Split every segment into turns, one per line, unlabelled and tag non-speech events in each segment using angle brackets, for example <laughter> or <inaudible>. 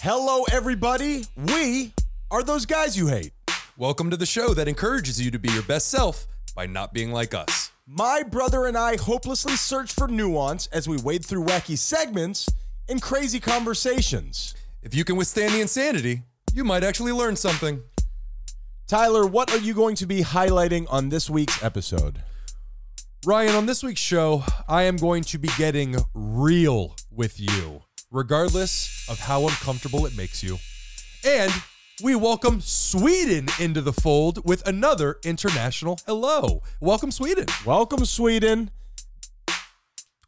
Hello, everybody. We are those guys you hate.
Welcome to the show that encourages you to be your best self by not being like us.
My brother and I hopelessly search for nuance as we wade through wacky segments and crazy conversations.
If you can withstand the insanity, you might actually learn something.
Tyler, what are you going to be highlighting on this week's episode?
Ryan, on this week's show, I am going to be getting real with you, regardless of how uncomfortable it makes you. And we welcome Sweden into the fold with another international hello. Welcome, Sweden.
Welcome, Sweden.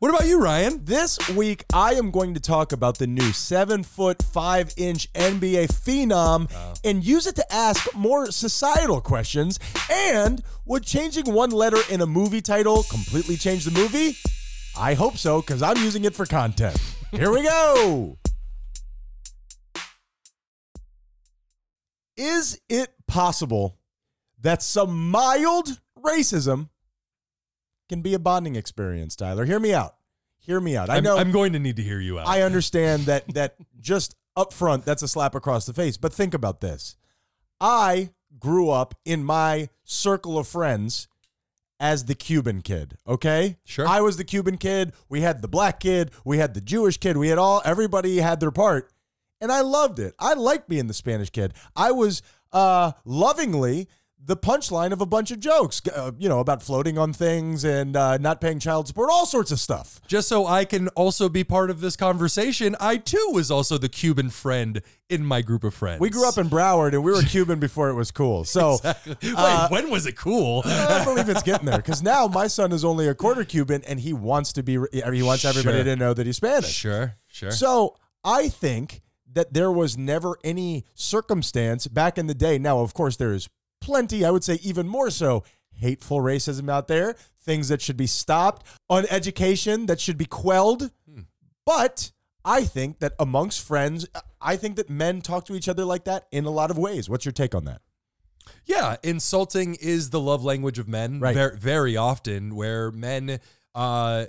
What about you, Ryan?
This week, I am going to talk about the new seven foot, five inch NBA phenom and use it to ask more societal questions. And would changing one letter in a movie title completely change the movie? I hope so, because I'm using it for content. Here we go. Is it possible that some mild racism can be a bonding experience, Tyler? Hear me out. Hear me out. I
I'm,
know.
I'm going to need to hear you out.
I understand that that just up front, that's a slap across the face. But think about this. I grew up in my circle of friends as the Cuban kid, okay?
Sure.
I was the Cuban kid, we had the black kid, we had the Jewish kid, we had all everybody had their part. And I loved it. I liked being the Spanish kid. I was uh lovingly the punchline of a bunch of jokes, uh, you know, about floating on things and uh, not paying child support, all sorts of stuff.
just so I can also be part of this conversation, I too was also the Cuban friend in my group of friends.
We grew up in Broward and we were Cuban before it was cool. So
<laughs> Wait,
uh,
when was
<sighs>
it cool?
I believe it's getting there because now my son is only a quarter Cuban and he wants to be, or he wants everybody
Sure.
to know that he's Spanish.
Sure, sure.
So I think that there was never any circumstance back in the day. Now, of course, there is plenty, I would say even more so, hateful racism out there, things that should be stopped, on education that should be quelled.
Hmm.
But I think that amongst friends, I think that men talk to each other like that in a lot of ways. What's your take on that?
yeah, insulting is the love language of men
Right.
very, very often where men uh y-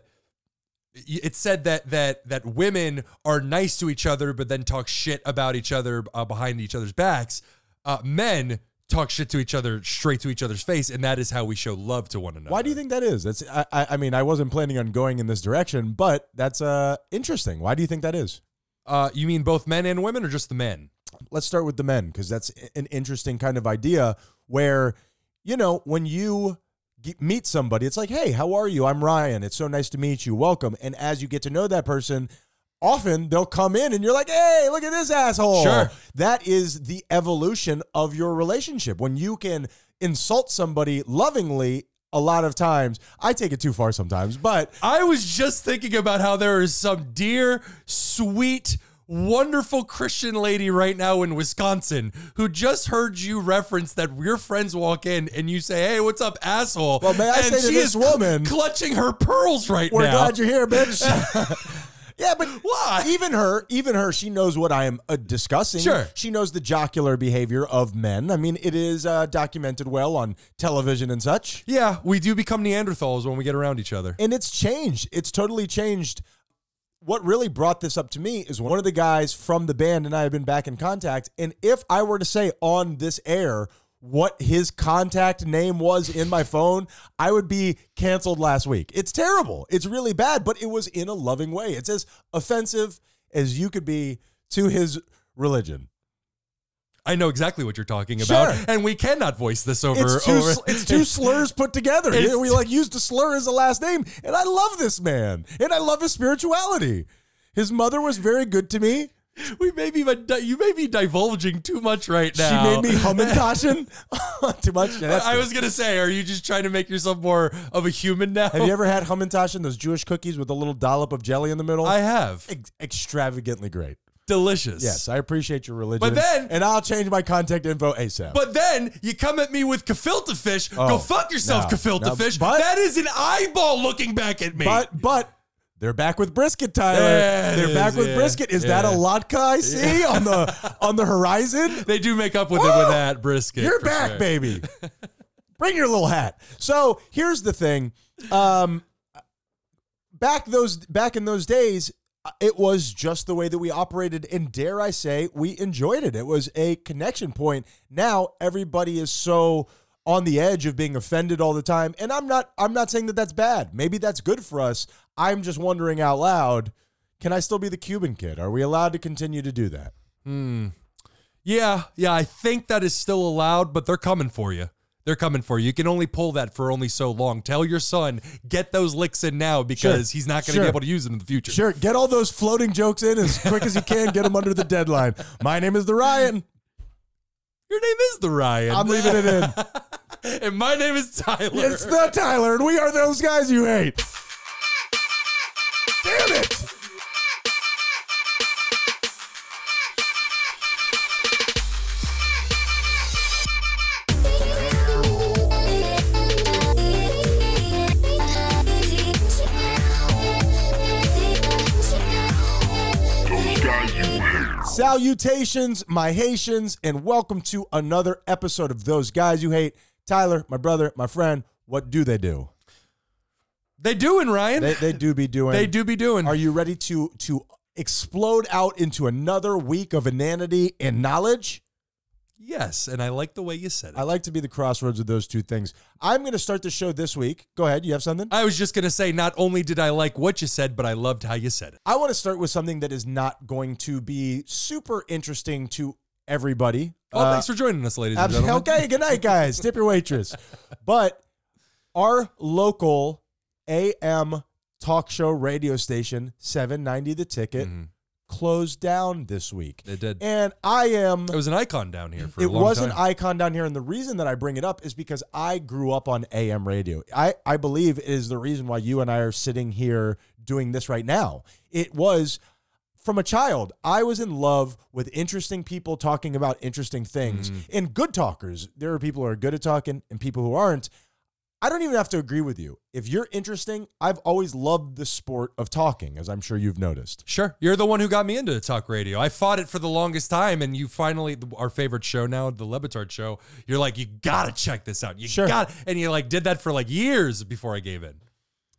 it's said that that that women are nice to each other but then talk shit about each other uh, behind each other's backs. Uh men talk shit to each other straight to each other's face and that is how we show love to one another.
Why do you think that is? That's I, I I mean I wasn't planning on going in this direction, but that's uh interesting. Why do you think that is?
Uh, you mean both men and women, or just the men?
Let's start with the men because that's i- an interesting kind of idea where you know when you ge- meet somebody, it's like, hey, how are you? I'm Ryan. It's so nice to meet you. Welcome. And as you get to know that person. Often they'll come in and you're like, hey, look at this asshole.
Sure.
That is the evolution of your relationship. When you can insult somebody lovingly, a lot of times, I take it too far sometimes, but
I was just thinking about how there is some dear, sweet, wonderful Christian lady right now in Wisconsin who just heard you reference that your friends walk in and you say, "Hey, what's up, asshole?"
Well, may I
and
say to
she
this
is cl-
woman-
clutching her pearls right
We're
now.
glad you're here,
<laughs>
bitch. yeah, but
Why?
even her, even her, she knows what I am uh, discussing.
Sure.
she knows the jocular behavior of men. I mean, it is uh, documented well on television and such,
yeah, we do become Neanderthals when we get around each other.
and it's changed. It's totally changed. What really brought this up to me is one of the guys from the band and I have been back in contact. And if I were to say on this air what his contact name was in my phone, I would be canceled last week. It's terrible. It's really bad, but it was in a loving way. It's as offensive as you could be to his religion.
I know exactly what you're talking about,
Sure.
and we cannot voice this over.
It's two,
over
sl- it's <laughs>
<laughs>
two slurs put together.
It's-
we like used a slur as a last name, and I love this man, and I love his spirituality. His mother was very good to me.
we may be di- you may be divulging too much right now.
She made me hum and caution <laughs> too much. Yeah, that's
I
good.
was gonna say, are you just trying to make yourself more of a human now?
Have you ever had hum and tashin, those Jewish cookies with a little dollop of jelly in the middle?
<laughs> I have.
Ex- extravagantly great.
Delicious.
Yes, I appreciate your religion.
But then-
and I'll change my contact info ASAP.
But then you come at me with gefilte fish.
Oh,
Go fuck yourself,
no,
gefilte
no,
fish.
but-
that is an eyeball looking back at me.
but but they're back with brisket, Tyler.
Yeah, it
they're
is,
back with
yeah,
brisket. Is that a
yeah.
latke I see on the on the <laughs> horizon?
they do make up with it
Woo!
with that brisket.
You're
for
back,
sure. <laughs>
baby. Bring your little hat. So here's the thing. Um, back those back in those days, it was just the way that we operated and dare i say we enjoyed it it was a connection point now everybody is so on the edge of being offended all the time and i'm not i'm not saying that that's bad maybe that's good for us i'm just wondering out loud can i still be the cuban kid are we allowed to continue to do that
Yeah, yeah, I think that is still allowed, but they're coming for you. They're coming for you. You can only pull that for only so long. Tell your son, get those licks in now because
Sure,
he's not going to
sure.
be able to use them in the future.
sure get all those floating jokes in as quick as you can get them under the deadline my name is the ryan
Your name is the Ryan.
i'm leaving it in
and my name is Tyler.
It's the Tyler, and we are those guys you hate. Damn it!
Those guys you hate.
Salutations, my Haitians, and welcome to another episode of Those Guys You Hate. Tyler, my brother, my friend, what do they do?
they doing, Ryan.
They,
They,
they do be doing.
do be doing.
Are you ready to to explode out into another week of inanity and knowledge?
yes, and I like the way you said it.
I like to be the crossroads of those two things. I'm going to start the show this week. Go ahead. You have something?
I was just going to say, not only did I like what you said, but I loved how you said it.
I want to start with something that is not going to be super interesting to everybody.
Well,
Uh,
Oh, thanks for joining us, ladies and
abs-
gentlemen.
okay, good night, guys. Tip your waitress. But our local AM talk show radio station, 790 The Ticket,
Mhm.
closed down this week.
It did.
And I am.
It was an icon down here for a
It
long
was
time.
an icon down here, and the reason that I bring it up is because I grew up on AM radio. I, I believe it is the reason why you and I are sitting here doing this right now. It was from a child, I was in love with interesting people talking about interesting things
Mm.
and good talkers. There are people who are good at talking and people who aren't. I don't even have to agree with you. If you're interesting, I've always loved the sport of talking, as I'm sure you've noticed.
Sure. You're the one who got me into talk radio. I fought it for the longest time, and you finally, our favorite show now, the Levitard show, you're like, you gotta check this out. You
Sure.
got and you like did that for like years before I gave in.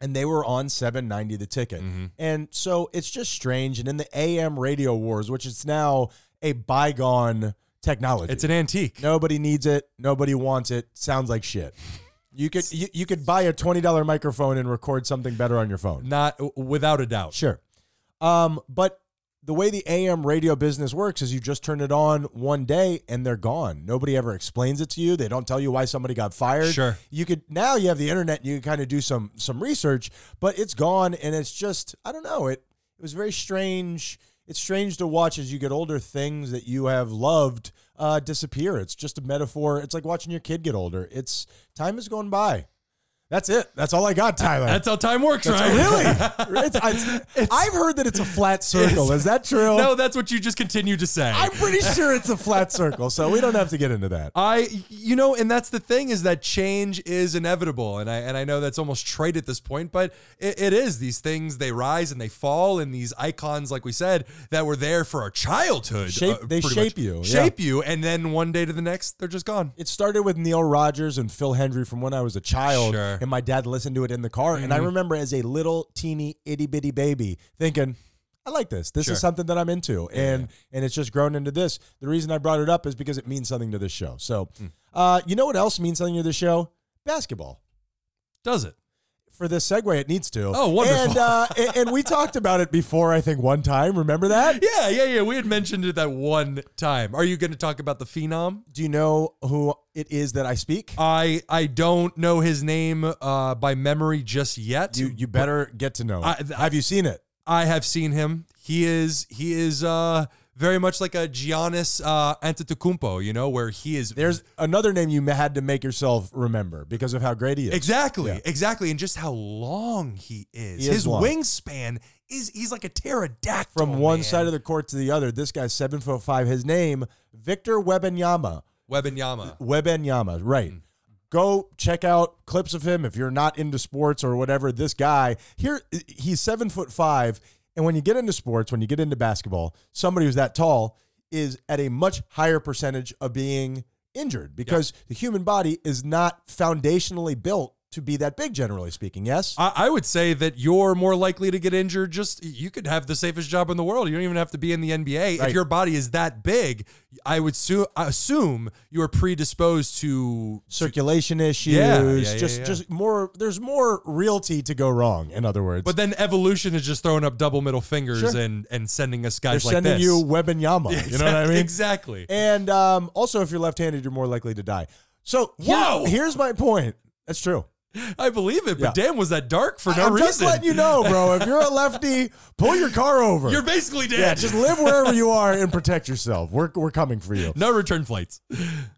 and they were on 790 the ticket. And so it's just strange. And in the AM radio wars, which is now a bygone technology,
It's an antique.
nobody needs it, nobody wants it. Sounds like shit. You could you, you could buy a twenty dollar microphone and record something better on your phone.
Not without a doubt.
Sure. Um, but the way the AM radio business works is you just turn it on one day and they're gone. Nobody ever explains it to you. They don't tell you why somebody got fired.
Sure.
You could now you have the internet and you can kind of do some some research, but it's gone and it's just I don't know. It it was very strange. It's strange to watch as you get older things that you have loved uh, disappear. It's just a metaphor. It's like watching your kid get older. It's time is going by. That's it. That's all I got, Tyler.
That's how time
<laughs>
works, right?
Oh, Really? It's- I- I've heard that it's a flat circle. Is that true?
<laughs> no, that's what you just continue to say.
I'm pretty sure it's a flat circle, so we don't have to get into that.
I you know, and that's the thing is that change is inevitable. And I and I know that's almost trite at this point, but it, it is. These things they rise and they fall, and these icons, like we said, that were there for our childhood. uh,
Shape- they
pretty
shape you, yeah.
Shape you, and then one day to the next, they're just gone.
It started with Neil Rogers and Phil Hendry from when I was a child,
Sure.
and my dad listened to it in the car. And I remember as a little teeny itty bitty baby thinking, I like this. This
Sure.
is something that I'm into, and and it's just grown into this. The reason I brought it up is because it means something to this show. So, uh, you know what else means something to this show? Basketball.
Does it?
for this segue. It needs to.
Oh, wonderful.
And, uh, and, and we talked about it before, I think, one time. Remember that?
Yeah, yeah, yeah. We had mentioned it that one time. Are you gonna talk about the phenom?
Do you know who it is that I speak?
I I don't know his name uh by memory just yet.
you you better get to know.
I-
it. Have you seen it?
I have seen him. He is he is uh very much like a Giannis uh Antetokounmpo, you know, where he is
There's another name you had to make yourself remember because of how great he is.
exactly,
Yeah.
exactly, and just how long he is.
He is
His
long.
wingspan is he's like a pterodactyl
From one side of the court to the other, this guy's seven foot five. His name Victor Webenyama.
Webinyama.
Webenyama,
Mm.
right. Go check out clips of him if you're not into sports or whatever. This guy here, he's seven foot five. And when you get into sports, when you get into basketball, somebody who's that tall is at a much higher percentage of being injured because the human body is not foundationally built to be that big, generally speaking. Yes.
I, I would say that you're more likely to get injured. Just you could have the safest job in the world. You don't even have to be in the NBA.
Right.
If your body is that big, I would su- assume you are predisposed to.
Circulation issues,
Yeah, yeah, yeah,
just
yeah.
just more. There's more realty to go wrong. In other words,
But then evolution is just throwing up double middle fingers
Sure.
and and sending us
they're
guys like
sending
this. <laughs>
you Webinyama. You know what I mean?
Exactly.
And um, also, if you're left-handed, you're more likely to die. So, here-
Whoa!
here's my point. That's true.
I believe it, but
Yeah.
damn, was that dark for no
I'm
reason?
just letting you know, bro. If you're a lefty, pull your car over.
are basically dead.
yeah, just live wherever you are and protect yourself. We're we're coming for you.
<laughs> no return flights.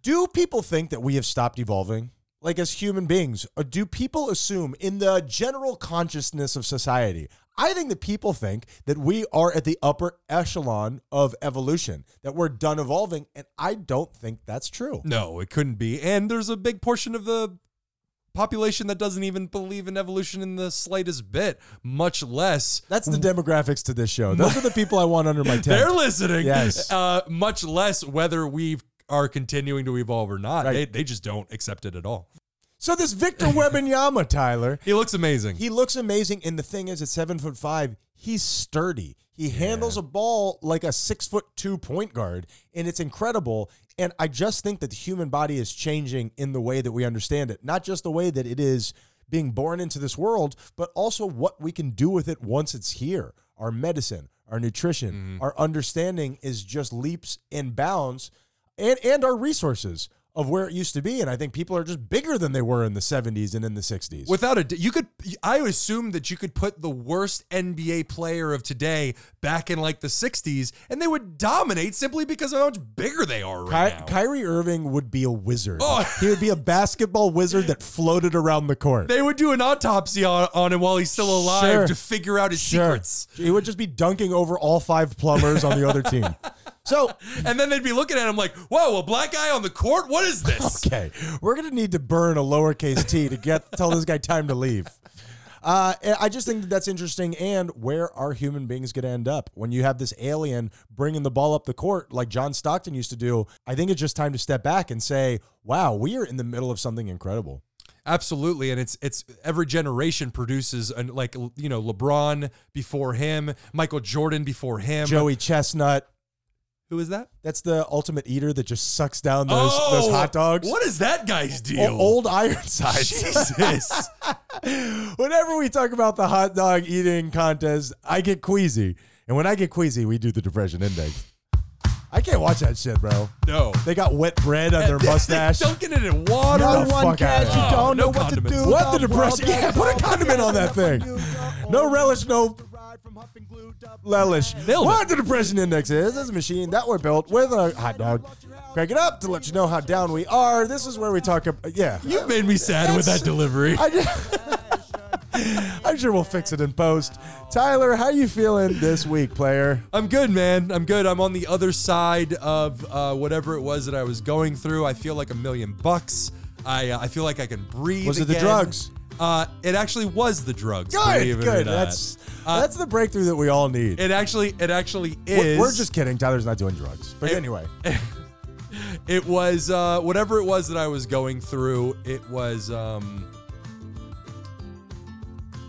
Do people think that we have stopped evolving? Like as human beings, or do people assume in the general consciousness of society? I think that people think that we are at the upper echelon of evolution, that we're done evolving, and I don't think that's true.
No, it couldn't be. And there's a big portion of the population that doesn't even believe in evolution in the slightest bit, much less.
That's the demographics to this show. Those are the people I want under my tent.
They're listening.
Yes.
Uh, much less whether we are continuing to evolve or not.
Right.
They, they just don't accept it at all.
so this Victor Webanyama, Tyler,
He looks amazing.
he looks amazing, and the thing is, at seven foot five, he's sturdy. He handles a ball like a six foot two point guard, and it's incredible. And I just think that the human body is changing in the way that we understand it, not just the way that it is being born into this world, but also what we can do with it once it's here. Our medicine, our nutrition, our understanding is just leaps and bounds, and and our resources of where it used to be. And I think people are just bigger than they were in the 70s and in the 60s.
Without a, d- you could. I assume that you could put the worst NBA player of today back in like the '60s, and they would dominate simply because of how much bigger they are right
Ky-
now.
Kyrie Irving would be a wizard.
Oh.
<laughs> He would be a basketball wizard that floated around the court.
they would do an autopsy on, on him while he's still alive
Sure.
to figure out his
Sure.
secrets,
He would just be dunking over all five plumbers on the other
<laughs>
team. So,
and then they'd be looking at him like, "Whoa, a black guy on the court? What is this?"
<laughs> okay, we're going to need to burn a lowercase t to get tell this guy time to leave. Uh, and I just think that that's interesting. And where are human beings going to end up when you have this alien bringing the ball up the court like John Stockton used to do? I think it's just time to step back and say, wow, we are in the middle of something incredible.
Absolutely, and it's it's every generation produces an, like you know LeBron before him, Michael Jordan before him.
Joey Chestnut,
Who is that?
That's the ultimate eater that just sucks down those, those
Oh,
hot dogs.
What is that guy's
O-
deal?
old <laughs> Ironsides.
Jesus.
<laughs> Whenever we talk about the hot dog eating contest, I get queasy. And when I get queasy, we do the depression index. I can't watch that shit, bro.
<laughs> No.
They got wet bread
<laughs>
on their mustache.
Dunking it in water.
No
one
one fuck out
cares.
of
You
here.
don't
Oh, no
know what
condiments.
to do.
What the depression? Yeah, put a condiment on that thing. No relish, no relish.
Nailed
What the depression index is, is a machine that we're built with a hot dog. Crank it up to let you know how down we are. This is where we talk about, yeah.
You made me sad with that delivery.
I just, <laughs> I'm sure we'll fix it in post. Tyler, how you feeling this week, player?
I'm good, man. I'm good. I'm on the other side of uh, whatever it was that I was going through. I feel like a million bucks. I uh, I feel like I can breathe.
Was it the
again.
drugs?
Uh, it actually was the drugs. believe
Good,
it or
good.
not.
That's
Uh,
that's the breakthrough that we all need.
it. Actually, it actually
We're-
is.
We're just kidding. Tyler's not doing drugs. But anyway,
It was uh, whatever it was that I was going through. It was um,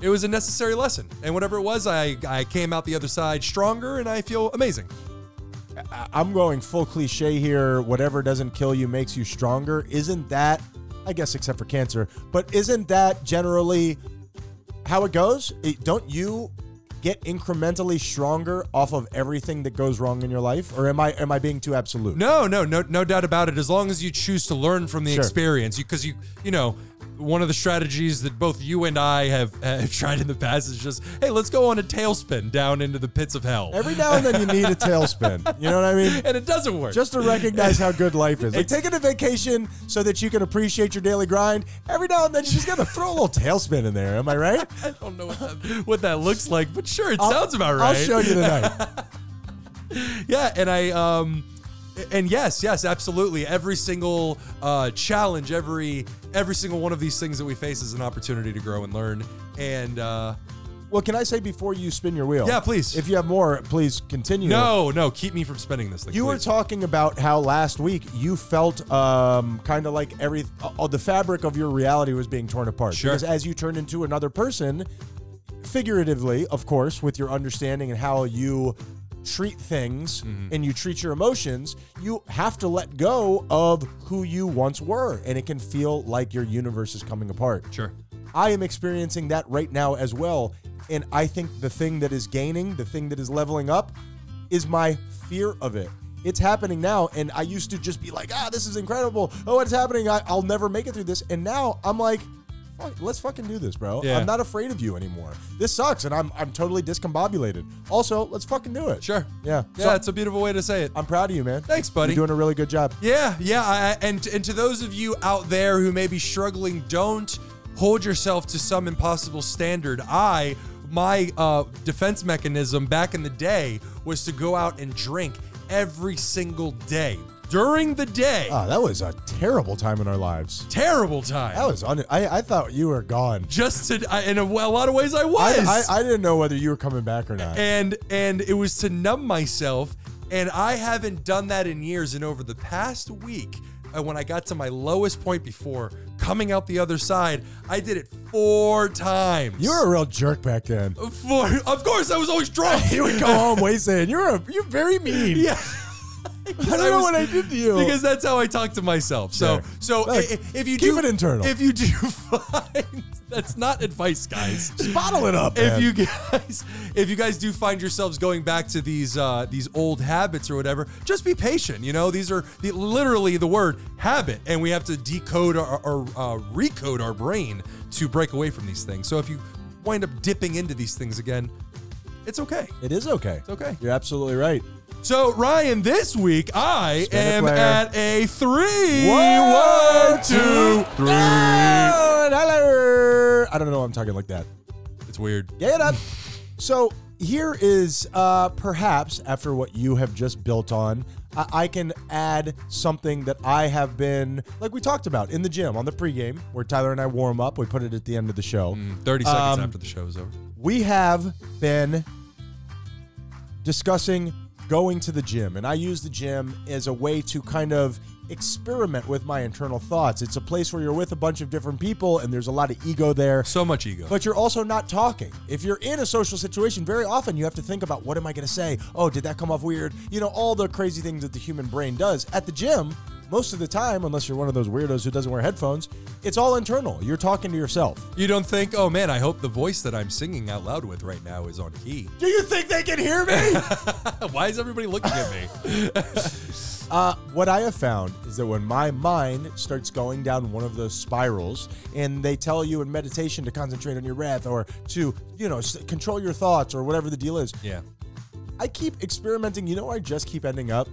it was a necessary lesson, and whatever it was, I I came out the other side stronger, and I feel amazing.
I- I'm going full cliche here. Whatever doesn't kill you makes you stronger. Isn't that, I guess, except for cancer, but isn't that generally how it goes? It- don't you get incrementally stronger off of everything that goes wrong in your life, or am I am I being too absolute?
No, no, no, no doubt about it. As long as you choose to learn from the
Sure.
experience, because you, you, know, one of the strategies that both you and I have, <laughs> have tried in the past is just, hey, let's go on a tailspin down into the pits of hell,
Every now and then you need a tailspin. You know what I mean?
<laughs> and it doesn't work.
Just to recognize how good life is. Like taking a vacation so that you can appreciate your daily grind. Every now and then you just gotta throw a little tailspin in there. Am I right?
I don't know what that, what that looks like, but sure, it sounds about right.
I'll show you tonight.
yeah and i um and yes yes absolutely every single uh challenge every every single one of these things that we face is an opportunity to grow and learn and uh
Well, can I say before you spin your wheel?
Yeah, please.
If you have more, please continue.
No, no, keep me from spinning this thing.
You were
please.
talking about how last week you felt um, kind of like every all the fabric of your reality was being torn apart.
Sure.
Because as you turned into another person, figuratively, of course, with your understanding and how you treat things
Mm-hmm.
and you treat your emotions, you have to let go of who you once were, and it can feel like your universe is coming apart.
Sure.
I am experiencing that right now as well. And I think the thing that is gaining, the thing that is leveling up, is my fear of it. It's happening now. And I used to just be like, ah, this is incredible. Oh, it's happening. I, I'll never make it through this. And now I'm like, Fuck, let's fucking do this, bro.
Yeah.
I'm not afraid of you anymore. This sucks, and I'm I'm totally discombobulated. Also, let's fucking do it.
Sure.
Yeah.
Yeah, it's a beautiful way to say it.
I'm proud of you, man.
Thanks, buddy.
You're doing a really good job.
Yeah, yeah, I, I- and and to those of you out there who may be struggling, don't hold yourself to some impossible standard. I my uh, defense mechanism back in the day was to go out and drink every single day during the day.
Ah, that was a terrible time in our lives.
Terrible time.
That was un- I I thought you were gone.
Just to, I, in a, w- a lot of ways, I was.
I, I, I didn't know whether you were coming back or not.
and and it was to numb myself and i haven't done that in years and over the past week uh, when i got to my lowest point before coming out the other side i did it four times
You were a real jerk back then.
four of course i was always
<laughs>
drunk
You would go home wasting. You're a, you're very mean.
<laughs> yeah <laughs>
I don't know what I did to you.
because that's how I talk to myself. So,
Sure.
so i-
Look,
i- if you
keep
do,
it internal.
If you do <laughs> find that's not advice, guys.
Just bottle it up.
if
man.
you guys if you guys do find yourselves going back to these uh, these old habits or whatever just be patient you know these are the, literally the word habit and we have to decode or, or uh, recode our brain to break away from these things so if you wind up dipping into these things again it's okay
it is okay. It's
okay.
You're absolutely right.
so ryan this week i
Spin it,
am
player.
at a three
One,
one, two, ah! three.
Oh, hello. I don't know. why I'm talking like that.
it's weird
Get up. so here is uh, perhaps after what you have just built on, I-, I can add something that I have been like we talked about in the gym on the pregame where Tyler and I warm up. We put it at the end of the show.
30 seconds
Um,
after the show is over
we have been discussing going to the gym, and I use the gym as a way to kind of experiment with my internal thoughts. It's a place where you're with a bunch of different people, and there's a lot of ego there.
so much ego
But you're also not talking. If you're in a social situation, very often you have to think about what am I going to say? Oh, did that come off weird? You know, all the crazy things that the human brain does. At the gym, most of the time, unless you're one of those weirdos who doesn't wear headphones, it's all internal. You're talking to yourself.
You don't think, oh man, I hope the voice that I'm singing out loud with right now is on key.
Do you think they can hear me?
<laughs> Why is everybody looking at me?
<laughs> Uh, what I have found is that when my mind starts going down one of those spirals, and they tell you in meditation to concentrate on your breath or to, you know, s- control your thoughts or whatever the deal is,
<laughs> yeah.
I keep experimenting. You know where I just keep ending up?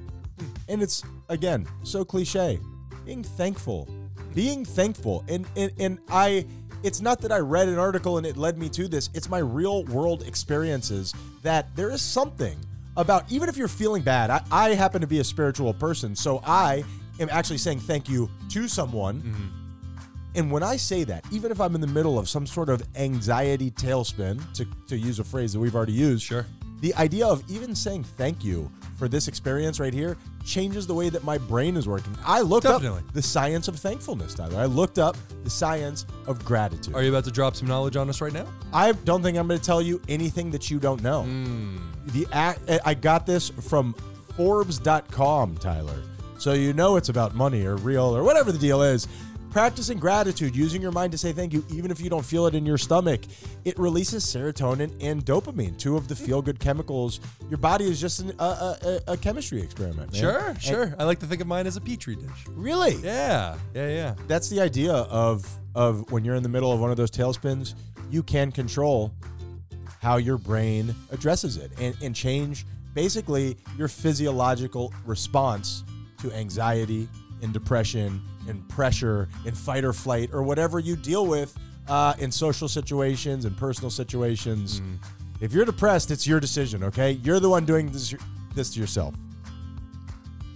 And it's, again, so cliche. Being thankful. Being thankful. And, and, and I, it's not that I read an article and it led me to this. It's my real world experiences that there is something about, even if you're feeling bad, I, I happen to be a spiritual person. So I am actually saying thank you to someone. And when I say that, even if I'm in the middle of some sort of anxiety tailspin, to, to use a phrase that we've already used,
Sure.
the idea of even saying thank you for this experience right here changes the way that my brain is working. I looked
Definitely.
up the science of thankfulness, Tyler. I looked up the science of gratitude.
Are you about to drop some knowledge on us right now?
I don't think I'm going to tell you anything that you don't know.
Hmm.
The ac- I got this from Forbes.com, Tyler. So you know it's about money or real or whatever the deal is. Practicing gratitude, using your mind to say thank you, even if you don't feel it in your stomach, it releases serotonin and dopamine, two of the
Hmm.
feel-good chemicals. Your body is just an, a, a, a- a chemistry experiment. man.
Sure,
And-
sure. I like to think of mine as a petri dish.
Really?
Yeah, yeah, yeah.
that's the idea of of when you're in the middle of one of those tailspins, you can control how your brain addresses it and, and change basically your physiological response to anxiety and depression and pressure and fight or flight or whatever you deal with uh, in social situations and personal situations. If you're depressed, it's your decision, okay? You're the one doing this, this to yourself.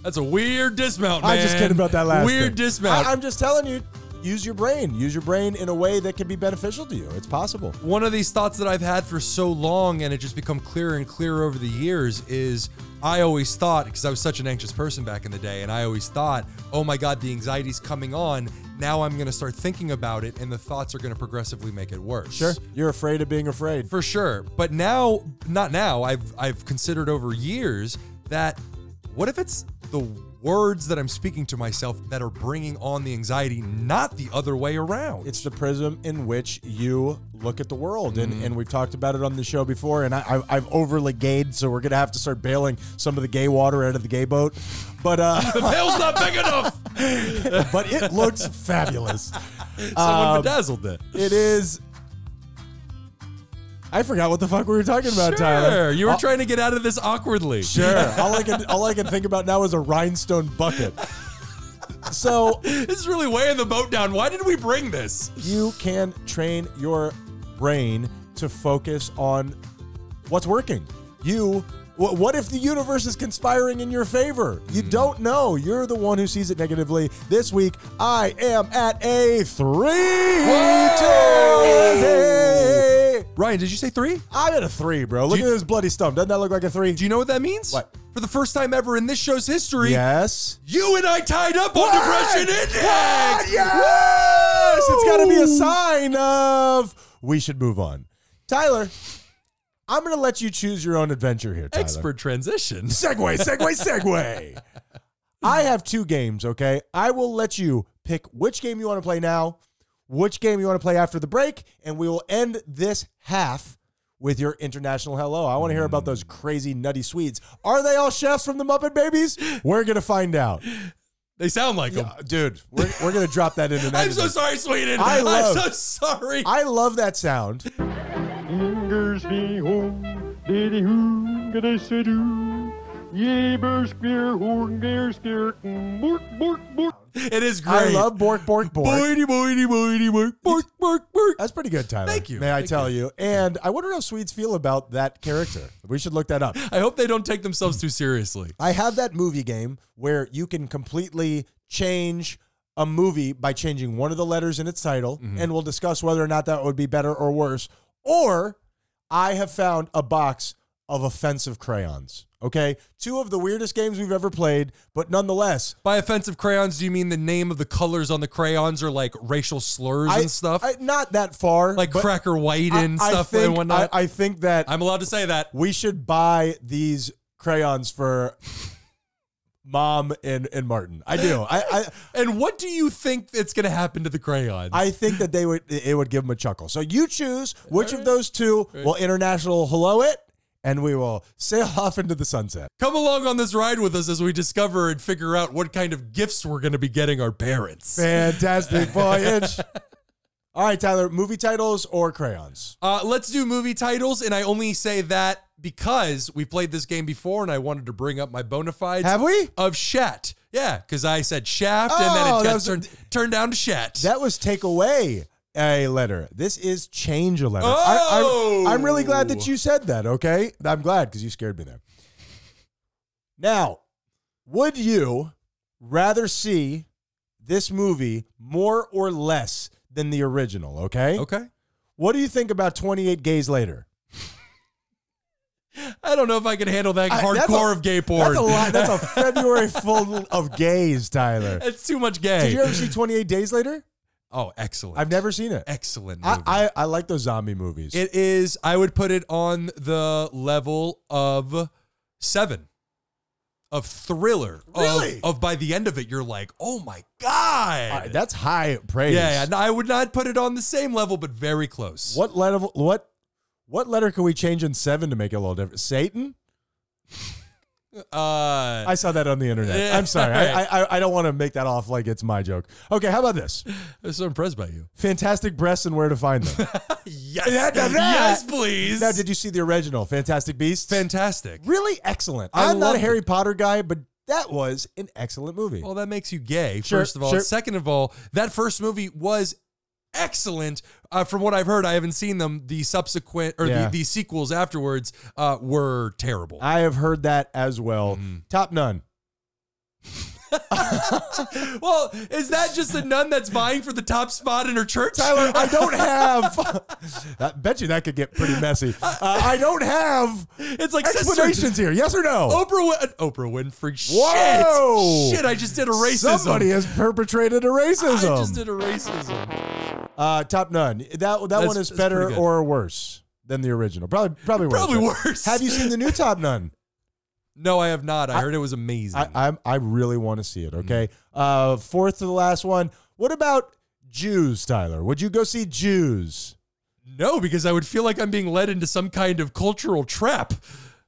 That's a weird dismount, man.
I'm just kidding about that last.
Weird
thing.
dismount.
I, am just telling you, use your brain. Use your brain in a way that can be beneficial to you. It's possible.
one of these thoughts that I've had for so long and it just become clearer and clearer over the years is I always thought because I was such an anxious person back in the day and I always thought, "Oh my god, the anxiety's coming on. Now I'm going to start thinking about it and the thoughts are going to progressively make it worse."
Sure. You're afraid of being afraid.
For sure. But now, not now, I've I've considered over years that what if it's the words that I'm speaking to myself that are bringing on the anxiety, not the other way around.
It's the prism in which you look at the world, and,
Mm.
and we've talked about it on the show before. And I, I, I've overly gayed, so we're gonna have to start bailing some of the gay water out of the gay boat. But
<laughs> <laughs> the
uh,
pail's not big enough.
but it looks fabulous.
<laughs> Someone
Um,
bedazzled it.
It is. I forgot what the fuck we were talking about, Tyler.
Sure, you were
I'll-
trying to get out of this awkwardly.
Sure. all I can all I can think about now is a rhinestone bucket. So
<laughs> This is really weighing the boat down. Why did we bring this?
you can train your brain to focus on what's working. You, wh- what if the universe is conspiring in your favor? You
Hmm.
don't know. You're the one who sees it negatively. This week, I am at a three. two.
Ryan, did you say three?
I'm at a three, bro. Look
Do
at
you-
this bloody stump. Doesn't that look like a three?
Do you know what that means?
What?
For the first time ever in this show's history,
yes.
you and I tied up on depression index.
Yes! It's got to be
Oh.
a sign of we should move on. Tyler, I'm going to let you choose your own adventure here, Tyler.
Expert transition. <laughs>
Segway, segway, segway. I have two games, okay? I will let you pick which game you want to play now, which game you want to play after the break, and we will end this half with your international hello. I want to hear about those crazy nutty Swedes. Are they all chefs from the Muppet
<laughs>
Babies? We're going to find out.
They sound like them.
Yeah, dude, we're, we're going to drop that in.
<laughs> I'm so sorry, Sweden.
I love-
am so sorry.
I love that sound.
Ingersby hon, diddy hoon, gadessedu. Jeberskbier horn, geerskirken, bork, bork, bork.
it is great.
I love Bork Bork Bork.
Boity, boity, boity, boy, bork, bork, bork.
That's pretty good, Tyler.
Thank you.
May I
Thank
tell you. And I wonder how Swedes feel about that character. We should look that up.
I hope they don't take themselves too seriously.
I have that movie game where you can completely change a movie by changing one of the letters in its title,
Mm-hmm.
and we'll discuss whether or not that would be better or worse. Or I have found a box of offensive crayons. Okay, two of the weirdest games we've ever played, but nonetheless,
By offensive crayons, do you mean the name of the colors on the crayons or like racial slurs
I-
and stuff?
I, not that far,
like
but
cracker white
I-
and
I
stuff
think,
and whatnot.
I,
I,
I think that
am allowed to say that.
we should buy these crayons
<laughs>
for mom and, and Martin. I do. I, I
And what do you think that's going to happen to the crayons?
I think that they would it would give them a chuckle. So you choose which of those two will international hello it, and we will sail <laughs> off into the sunset.
Come along on this ride with us as we discover and figure out what kind of gifts we're going to be getting our parents.
Fantastic <laughs> voyage. All right, Tyler, movie titles or crayons?
Uh, let's do movie titles, and I only say that because we played this game before, and I wanted to bring up my bona fides
Have we?
of Shat. Yeah, because I said Shaft, and
Oh,
then it
that
got
was-
turned, turned down to Shat.
That was take away a letter. This is change a letter.
Oh!
I, am really glad that you said that, okay? I'm glad because you scared me there. Now, would you rather see this movie more or less than the original, okay?
okay.
What do you think about 28 Gays Later?
I don't know if I can handle that
I- that's
hardcore
a-
of gay porn.
That's a lot. That's a February full of gays, Tyler.
<laughs> It's too much gay.
Did you ever see 28 Days Later?
<laughs> oh, excellent.
I've never seen it.
excellent. Movie.
I, I, I like those zombie movies.
it is. I would put it on the level of seven, of thriller. of-
Really?
Of, by the end of it, you're like, oh my
Uh,
god.
that's high praise.
yeah, yeah. No, I would not put it on the same level, but very close.
What letter? What what letter can we change in seven to make it a little different? Satan.
Uh,
I saw that on the internet.
Yeah,
I'm sorry. I,
alright.
I I- I don't want to make that off like it's my joke. Okay, how about this?
I'm so impressed
<laughs>
by you.
Fantastic breasts and where to find
<laughs>
them. Yeah,
Yes.
<laughs> yeah, yeah.
Yes, please.
now, did you see the original Fantastic Beasts?
Fantastic.
really excellent.
I
I'm not a
loved
Harry Potter guy, but that was an excellent movie.
Well, that makes you gay,
Sure,
first of all.
sure.
And Second of all, that first movie was excellent. Uh, from what I've heard, I haven't seen them. The subsequent or
Yeah.
the, the sequels afterwards uh, were terrible. Mm-hmm.
I have heard that as well. Top none.
well, is that just a nun that's vying for the top spot in her church?
Tyler, I don't have. <laughs> I bet you that could get pretty
<laughs>
messy. Uh, I don't have
It's like Oh, sister-
explanations here. Yes or no?
Oprah, Win- Oprah Winfrey.
Whoa!
Shit! Shit! I just did a racism.
Somebody has perpetrated a
I
racism.
just did a racism.
Uh, top none. That that one is
that's
better
pretty good.
or worse than the original. Probably probably worse.
Probably
right?
worse.
Have you seen the new Top Nun?
No, I have not. I, heard it was amazing.
I I'm, I really want to see
Mm.
it. Okay. Uh, fourth to the last one. What about Jews, Tyler? Would you go see Jews?
no, because I would feel like I'm being led into some kind of cultural trap,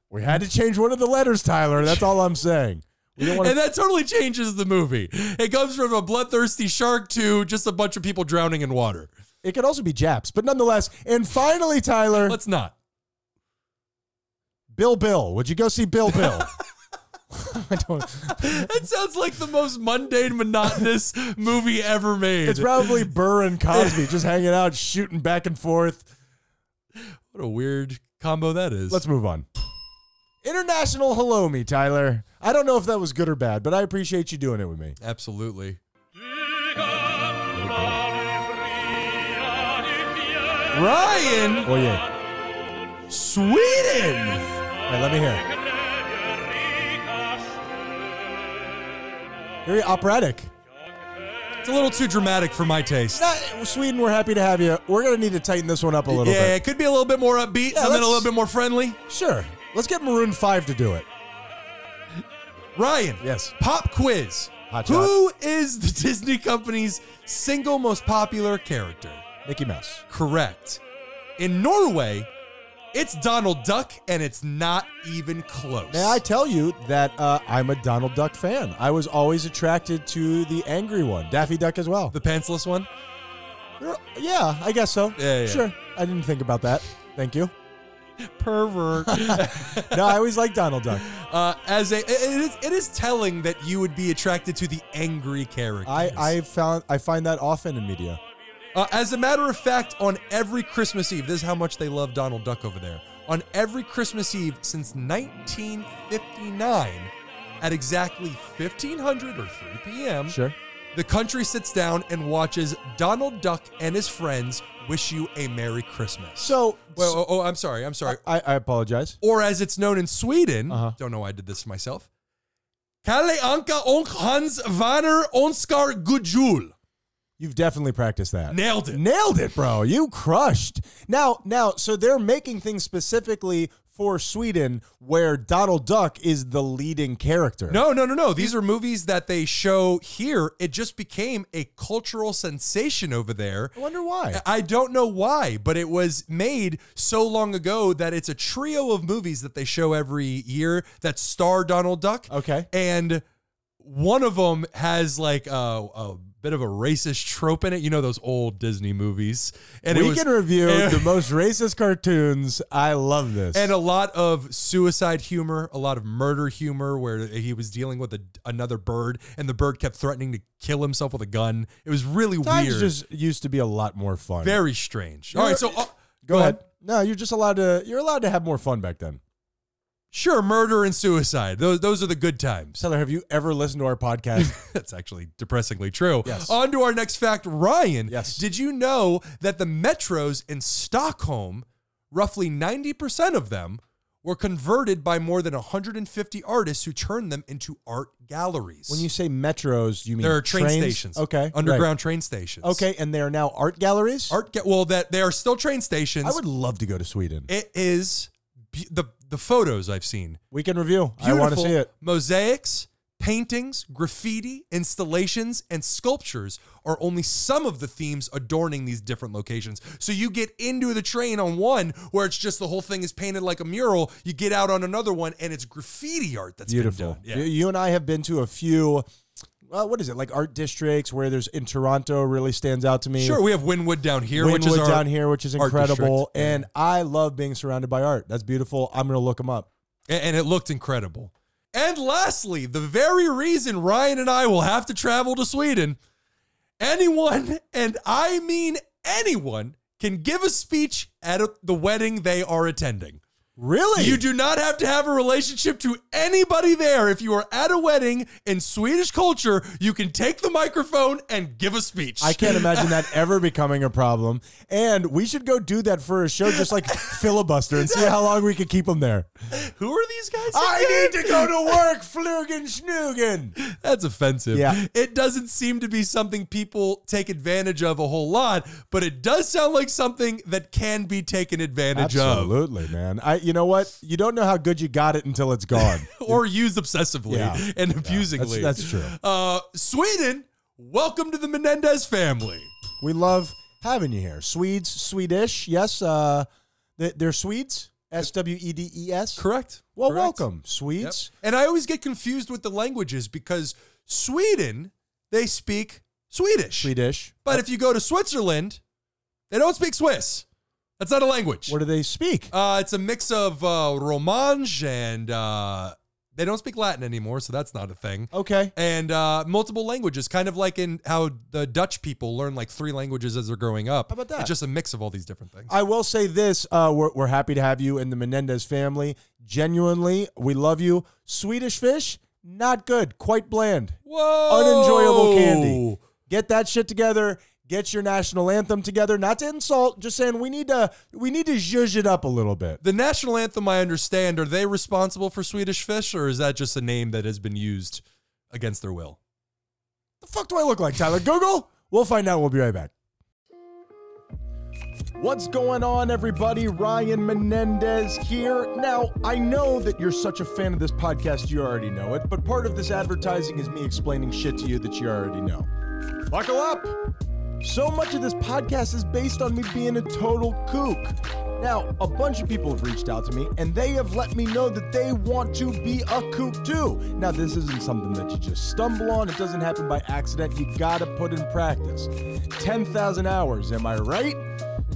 We had to change one of the letters, Tyler. That's all I'm saying. We don't want to
and that totally changes the movie. It goes from a bloodthirsty shark to just a bunch of people drowning in water.
It could also be Japs, but nonetheless. And finally, Tyler,
Let's not.
Bill Bill. Would you go see Bill
<laughs>
Bill? <laughs> I don't.
That sounds like the most
<laughs>
mundane, monotonous movie ever made.
It's probably Burr and
<laughs>
Cosby just hanging out, shooting back and forth.
what a weird combo that is.
Let's move on. International hello me, Tyler. I don't know if that was good or bad, but I appreciate you doing it with me.
Absolutely. Ryan,
Oh yeah.
Sweden.
All right, let me hear. it. Very operatic.
It's a little too dramatic for my taste.
Not- Sweden, we're happy to have you. We're gonna need to tighten this one up a little
yeah,
bit.
it could be a little bit more upbeat,
Yeah,
something
let's-
a little bit more friendly.
Sure. Let's get Maroon Five to do it.
Ryan,
Yes.
pop quiz.
Hot
Who is the <laughs> Disney company's single most popular character?
Mickey Mouse.
Correct. In Norway, it's Donald Duck, and it's not even close.
May I tell you that uh, I'm a Donald Duck fan. I was always attracted to the angry one, Daffy Duck as well.
the pantsless one?
Yeah, I guess so.
Yeah, yeah.
Sure. I didn't think about that. Thank you.
Pervert.
No, I always liked Donald Duck.
<laughs> uh, as a, it is, it is telling that you would be attracted to the angry characters.
I, I found I find that often in media.
Uh, as a matter of fact, on every Christmas Eve, this is how much they love Donald Duck over there. On every Christmas Eve since 1959, at exactly 1500 or 3 p.m.,
Sure.
the country sits down and watches Donald Duck and his friends wish you a Merry Christmas.
So
Well, oh, oh, I'm sorry. I'm sorry.
I, I apologize.
Or as it's known in Sweden,
Uh-huh.
don't know why I did this to myself. Kalle Anka Onk Hans Vanner Onskar Gudjul.
You've definitely practiced that.
Nailed it.
Nailed it, bro. You crushed. Now, now, so they're making things specifically for Sweden where Donald Duck is the leading character.
No, no, no, no. These are movies that they show here. It just became a cultural sensation over there.
I wonder why.
I don't know why, but it was made so long ago that it's a trio of movies that they show every year that star Donald Duck.
Okay.
And one of them has like a, a bit of a racist trope in it. You know those old Disney movies. And it
we
was-
can review
<laughs> and-
the most racist cartoons. I love this.
and uh, a lot of suicide humor, a lot of murder humor, where he was dealing with a, another bird, and the bird kept threatening to kill himself with a gun. It was really
times
weird,
just used to be a lot more fun.
very strange. All right, so uh,
Go ahead. No, you're just allowed to. You're allowed to have more fun back then.
Sure, murder and suicide; those those are the good times. <laughs>
Seller, have you ever listened to our podcast?
That's actually depressingly true.
Yes.
On to our next fact, Ryan.
Yes.
Did you know that the metros in Stockholm, roughly ninety percent of them, were converted by more than 150 artists who turned them into art galleries.
when you say metros, you mean
There are train
trains?
stations.
Okay,
Underground train stations.
Right. Okay, and they are now art galleries.
Art ga- well that they are still train stations.
I would love to go to Sweden.
it is be- the the photos I've seen.
Weekend review. I
Beautiful
want to see it.
mosaics, paintings, graffiti, installations and sculptures are only some of the themes adorning these different locations. So you get into the train on one where it's just the whole thing is painted like a mural, you get out on another one and it's graffiti art that's been
Beautiful.
done. Yeah.
You, you and I have been to a few. Well, what is it like? Art districts where there's in Toronto really stands out to me.
Sure, we have Winwood down here,
Winwood
which is our
down here, which is
art
incredible,
district. Yeah.
and I love being surrounded by art. That's beautiful. I'm gonna look them up.
A- and, it looked incredible. And lastly, the very reason Ryan and I will have to travel to Sweden, anyone, <laughs> and I mean anyone, can give a speech at a- the wedding they are attending.
Really?
You do not have to have a relationship to anybody there. If you are at a wedding in Swedish culture, you can take the microphone and give a speech.
I
<laughs>
can't imagine that ever becoming a problem. And we should go do that for a show, just like filibuster, and see how long we can keep them there.
Who are these guys?
I
again?
need to go to work, Flugen Schnugen.
That's offensive.
Yeah.
It doesn't seem to be something people take advantage of a whole lot, but it does sound like something that can be taken advantage of
Absolutely, man. I, you know what? You don't know how good you got it until it's gone.
or used obsessively
Yeah.
and abusingly.
that's true.
Uh, Sweden, welcome to the Menendez family.
we love having you here, Swedes, Swedish. Yes, uh, they- they're Swedes. S W E D E S.
Correct.
Well,
Correct.
welcome,
Yep.
Swedes.
And I always get confused with the languages because Sweden, they speak Swedish.
Swedish.
But if you go to Switzerland, they don't speak Swiss. That's not a language.
What do they speak?
Uh, it's a mix of uh, Romange and uh, they don't speak Latin anymore, so that's not a thing.
Okay.
And uh, multiple languages, kind of like in how the Dutch people learn like three languages as they're growing up.
How about that?
It's just a mix of all these different things.
I will say this: uh, we're, we're happy to have you in the Menendez family. Genuinely, we love you. Swedish fish, not good, quite bland,
Whoa!
unenjoyable candy. Get that shit together. Get your national anthem together. Not to insult, just saying we need to we need to zhuzh it up a little bit.
The national anthem, I understand. Are they responsible for Swedish fish, or is that just a name that has been used against their will?
the fuck do I look like, Tyler? Google? We'll find out. We'll be right back. What's going on, everybody? Ryan Menendez here. Now, I know that you're such a fan of this podcast, you already know it, but part of this advertising is me explaining shit to you that you already know. Buckle up! So much of this podcast is based on me being a total kook. Now, a bunch of people have reached out to me and they have let me know that they want to be a kook too. Now, this isn't something that you just stumble on, it doesn't happen by accident. You gotta put in practice. 10,000 hours, am I right?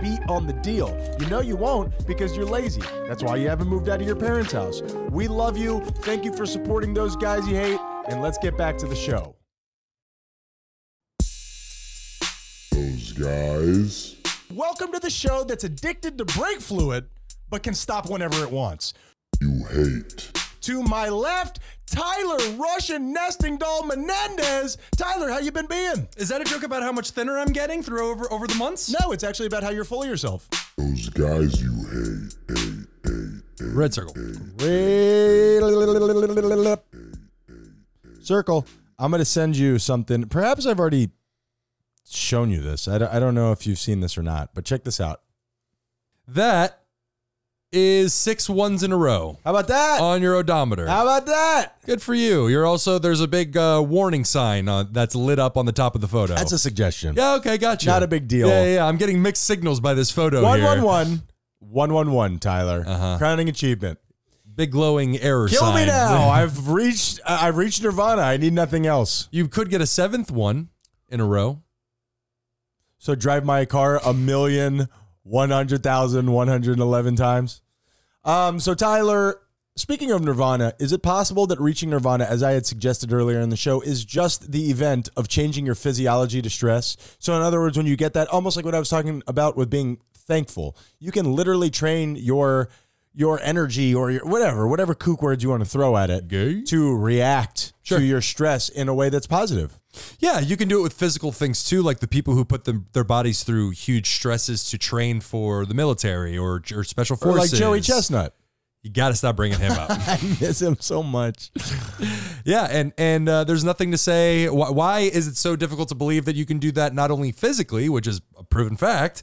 beat on the deal. You know you won't because you're lazy. That's why you haven't moved out of your parents' house. We love you. Thank you for supporting those guys you hate, and let's get back to the show.
Those guys.
Welcome to the show that's addicted to brake fluid, but can stop whenever it wants.
You hate.
To my left, Tyler Russian Nesting Doll Menendez. Tyler, how you been being?
Is that a joke about how much thinner I'm getting through over over the months?
No, it's actually about how you're full of yourself.
Those guys you hate. Hate. Hate. Hate.
Red circle.
Circle, I'm going to send you something. Perhaps I've already shown you this. I don't, I don't know if you've seen this or not, but check this out.
That is six ones in a row
How about that?
on your odometer.
How about that?
Good for you. You're also there's a big uh, warning sign uh, that's lit up on the top of the photo.
That's a suggestion.
yeah, okay, gotcha.
Not a big deal.
Yeah, yeah, yeah. I'm getting mixed signals by this photo
One
here.
one one one one one. Tyler.
Uh-huh.
Crowning achievement.
Big glowing error
Kill
sign.
me now. I've reached I- I've reached nirvana. I need nothing else.
<laughs> you could get a seventh one in a row.
So drive my car a million one hundred thousand one hundred eleven times. Um, so Tyler, speaking of Nirvana, is it possible that reaching Nirvana, as I had suggested earlier in the show, is just the event of changing your physiology to stress? So in other words, when you get that, almost like what I was talking about with being thankful, you can literally train your your energy or your whatever, whatever kook words you want to throw at it
Okay.
to react
Sure.
to your stress in a way that's positive.
Yeah, you can do it with physical things too, like the people who put them, their bodies through huge stresses to train for the military or, or special
Or
forces.
like Joey Chestnut. <laughs>
You got to stop bringing him up.
I miss him so much.
yeah, and and uh, there's nothing to say. Why, why is it so difficult to believe that you can do that not only physically, which is a proven fact,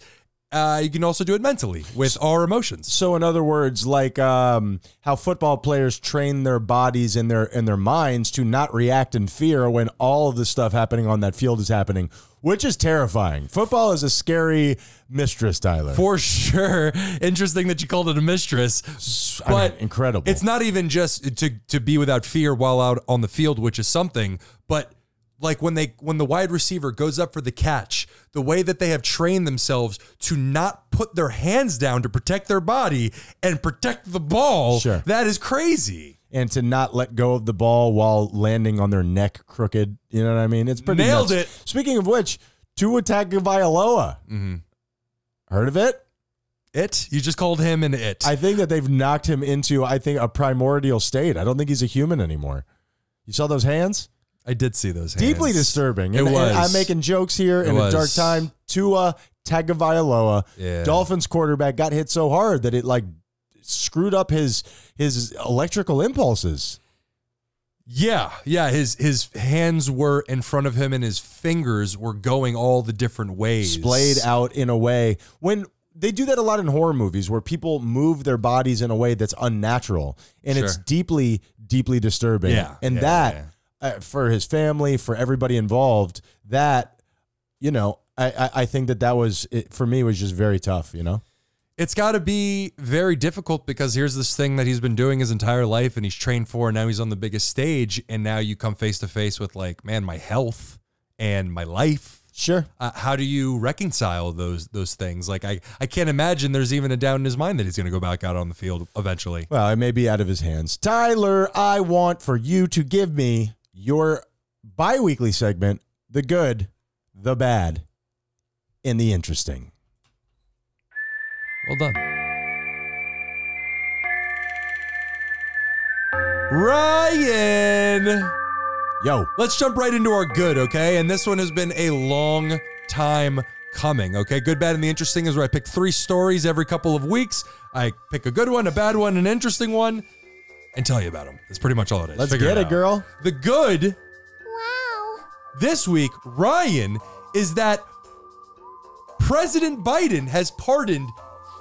uh, you can also do it mentally with our emotions.
So, in other words, like um, how football players train their bodies and their and their minds to not react in fear when all of the stuff happening on that field is happening, which is terrifying. Football is a scary mistress, Tyler.
For sure. <laughs> Interesting that you called it a mistress.
I mean,
But
incredible.
it's not even just to to be without fear while out on the field, which is something, but like when they when the wide receiver goes up for the catch, the way that they have trained themselves to not put their hands down to protect their body and protect the ball,
Sure.
that is crazy.
and to not let go of the ball while landing on their neck crooked. You know what I mean? It's pretty
Nailed
nuts.
it. Mm-hmm.
Speaking of which, Tua Tagovailoa. Heard of it?
It? You just called him an it.
I think that they've knocked him into, I think, a primordial state. I don't think he's a human anymore. You saw those hands?
I did see those hands.
Deeply disturbing.
It
And- and
was.
I'm making jokes here in
was.
a dark time. Tua Tagovailoa,
Yeah.
Dolphins quarterback, got hit so hard that it like screwed up his his electrical impulses.
Yeah, yeah. His his hands were in front of him, and his fingers were going all the different ways.
Splayed out in a way when they do that a lot in horror movies where people move their bodies in a way that's unnatural and it's
Sure.
deeply deeply disturbing
Yeah,
and
yeah,
that
yeah,
Uh, for his family for everybody involved that you know I, I, I think that that was it, for me was just very tough you know
It's got to be very difficult because here's this thing that he's been doing his entire life, and he's trained for, and now he's on the biggest stage, and now you come face to face with like, man, my health and my life.
sure
Uh, how do you reconcile those those things? Like, I I can't imagine there's even a doubt in his mind that he's going to go back out on the field eventually.
Well, it may be out of his hands. Tyler, I want for you to give me your bi weekly segment the good, the bad, and the interesting.
Well done. Ryan!
Yo,
Let's jump right into our good, okay? And this one has been a long time coming, okay? Good, bad, and the interesting is where I pick three stories every couple of weeks. I pick a good one, a bad one, an interesting one, and tell you about them. That's pretty much all it is.
let's
Figure
get it,
out.
girl.
The good
Wow.
this week, Ryan, is that President Biden has pardoned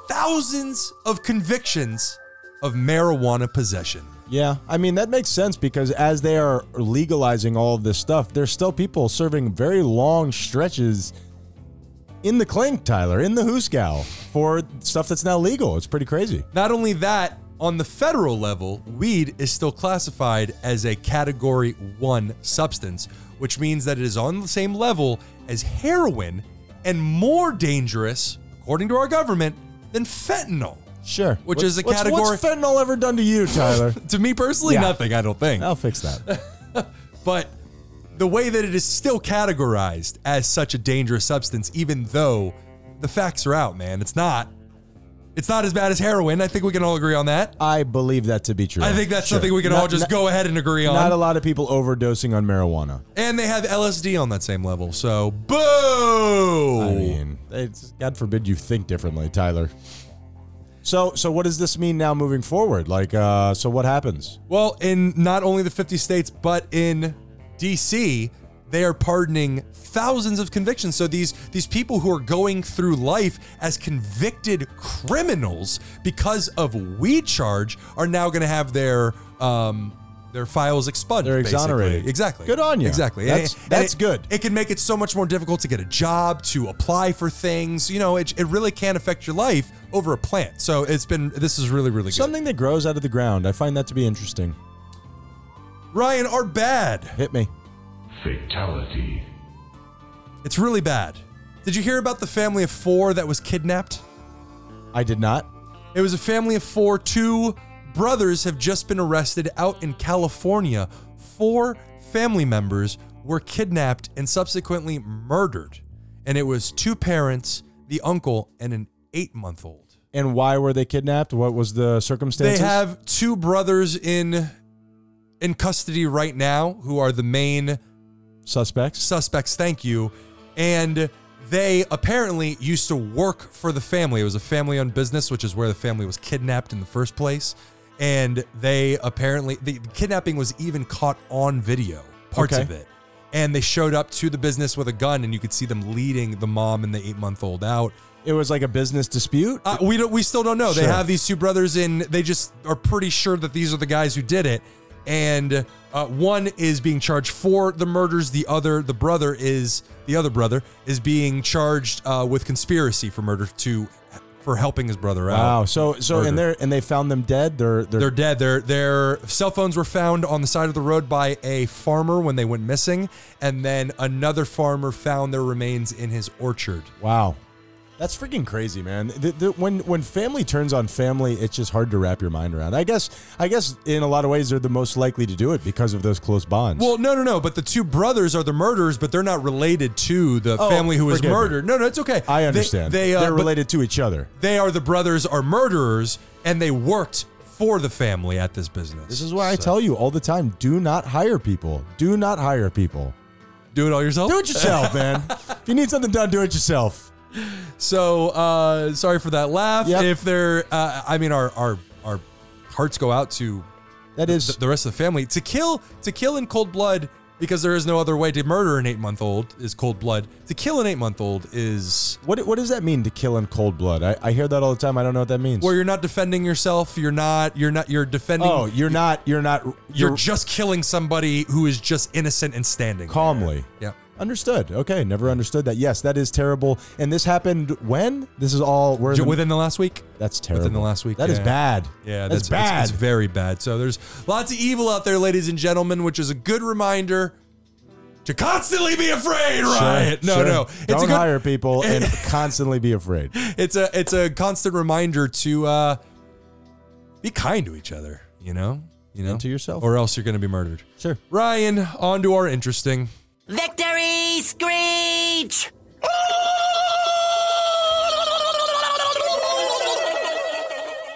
thousands of convictions of marijuana possession.
Yeah, I mean, that makes sense because as they are legalizing all of this stuff, there's still people serving very long stretches in the clink, Tyler, in the hooscow for stuff that's now legal. It's pretty crazy.
Not only that, on the federal level, weed is still classified as a category 1 substance, which means that it is on the same level as heroin and more dangerous, according to our government, than fentanyl.
Sure.
Which
What-
is a
what's- What's
category-
fentanyl ever done to <laughs> you, Tyler?
To me personally,
Yeah.
nothing, I don't think.
I'll fix that.
<laughs> but the way that it is still categorized as such a dangerous substance, even though the facts are out, man, it's not. It's not as bad as heroin. I think we can all agree on that.
I believe that to be true.
I think that's
Sure.
something we can
Not-
all just
not-
go ahead and agree on.
Not a lot of people overdosing on marijuana.
and they have LSD on that same level. So, boo!
I mean, it's, God forbid you think differently, Tyler. So, so what does this mean now moving forward? Like, uh, so what happens?
well, in not only the 50 states, but in DC, they are pardoning thousands of convictions. So these these people who are going through life as convicted criminals because of weed charge are now going to have their um their files expunged.
They're
basically.
exonerated.
Exactly.
Good on you.
Exactly.
That's-
And- and
that's
it-
good.
It can make it so much more difficult to get a job, to apply for things. You know, it, it really can affect your life over a plant. So it's been this is really really good.
Something that grows out of the ground. I find that to be interesting.
Ryan are bad.
Hit me.
Fatality.
It's really bad. Did you hear about the family of four that was kidnapped?
I did not.
It was a family of four. Two brothers have just been arrested out in California. Four family members were kidnapped and subsequently murdered. And it was two parents, the uncle, and an eight month old.
And why were they kidnapped? What was the
They
circumstances?
have two brothers in in custody right now who are the main
suspects.
suspects, thank you. And they apparently used to work for the family. It was a family owned business, which is where the family was kidnapped in the first place. and they apparently the kidnapping was even caught on video parts
Okay.
of it and they showed up to the business with a gun and you could see them leading the mom and the eight month old out
It was like a business dispute.
uh, we don't. We still don't know. They
Sure.
have these two brothers in. They just are pretty sure that these are the guys who did it. And uh, one is being charged for the murders. The other, the brother is the other brother is being charged uh, with conspiracy for murder to for helping his brother out.
wow. So so
Murder.
and they and they found them dead. They're they're,
They're dead. Their their cell phones were found on the side of the road by a farmer when they went missing, and then another farmer found their remains in his orchard.
wow. That's freaking crazy, man. The, the, when when family turns on family, it's just hard to wrap your mind around. I guess I guess in a lot of ways they're the most likely to do it because of those close bonds.
Well, no, no, no. But the two brothers are the murderers, but they're not related to the
Oh,
family who was
forgive me.
murdered. No, no, it's okay.
I understand.
They, they
They,
uh,
are
but
related to each other.
They are the brothers are murderers, and they worked for the family at this business.
This is why I tell you all the time: do not hire people. Do not hire people.
do it all yourself.
Do it yourself, man. If you need something done, do it yourself.
So uh, sorry for that laugh.
Yep.
If they're, uh, I mean, our our our hearts go out to
That
the,
is
the rest of the family to kill to kill in cold blood because there is no other way to murder an eight month old is cold blood. To kill an eight month old is
what. What does that mean to kill in cold blood? I, I hear that all the time. I don't know what that means.
where you're not defending yourself. You're not. You're not. You're defending.
oh, you're not. You're not.
you're,
You're,
just killing somebody who is just innocent and standing
calmly.
there.
Understood. Okay, never understood that. Yes, that is terrible. And this happened when? This is all. We're in
Yeah,
the-
within the last week.
that's terrible.
within the last week,
That is
yeah.
bad.
Yeah,
that's,
it's-
bad.
It's, very bad. So there's lots of evil out there, ladies and gentlemen, which is a good reminder to constantly be afraid. Riot. <laughs> no,
Sure.
no, it's
Don't
a good.
hire people
<laughs>
and constantly be afraid.
It's a it's a constant reminder to uh, be kind to each other. You know, you know,
And to yourself.
or else you're going to be murdered. <laughs>
Sure.
Ryan, on to our interesting.
Victory Screech!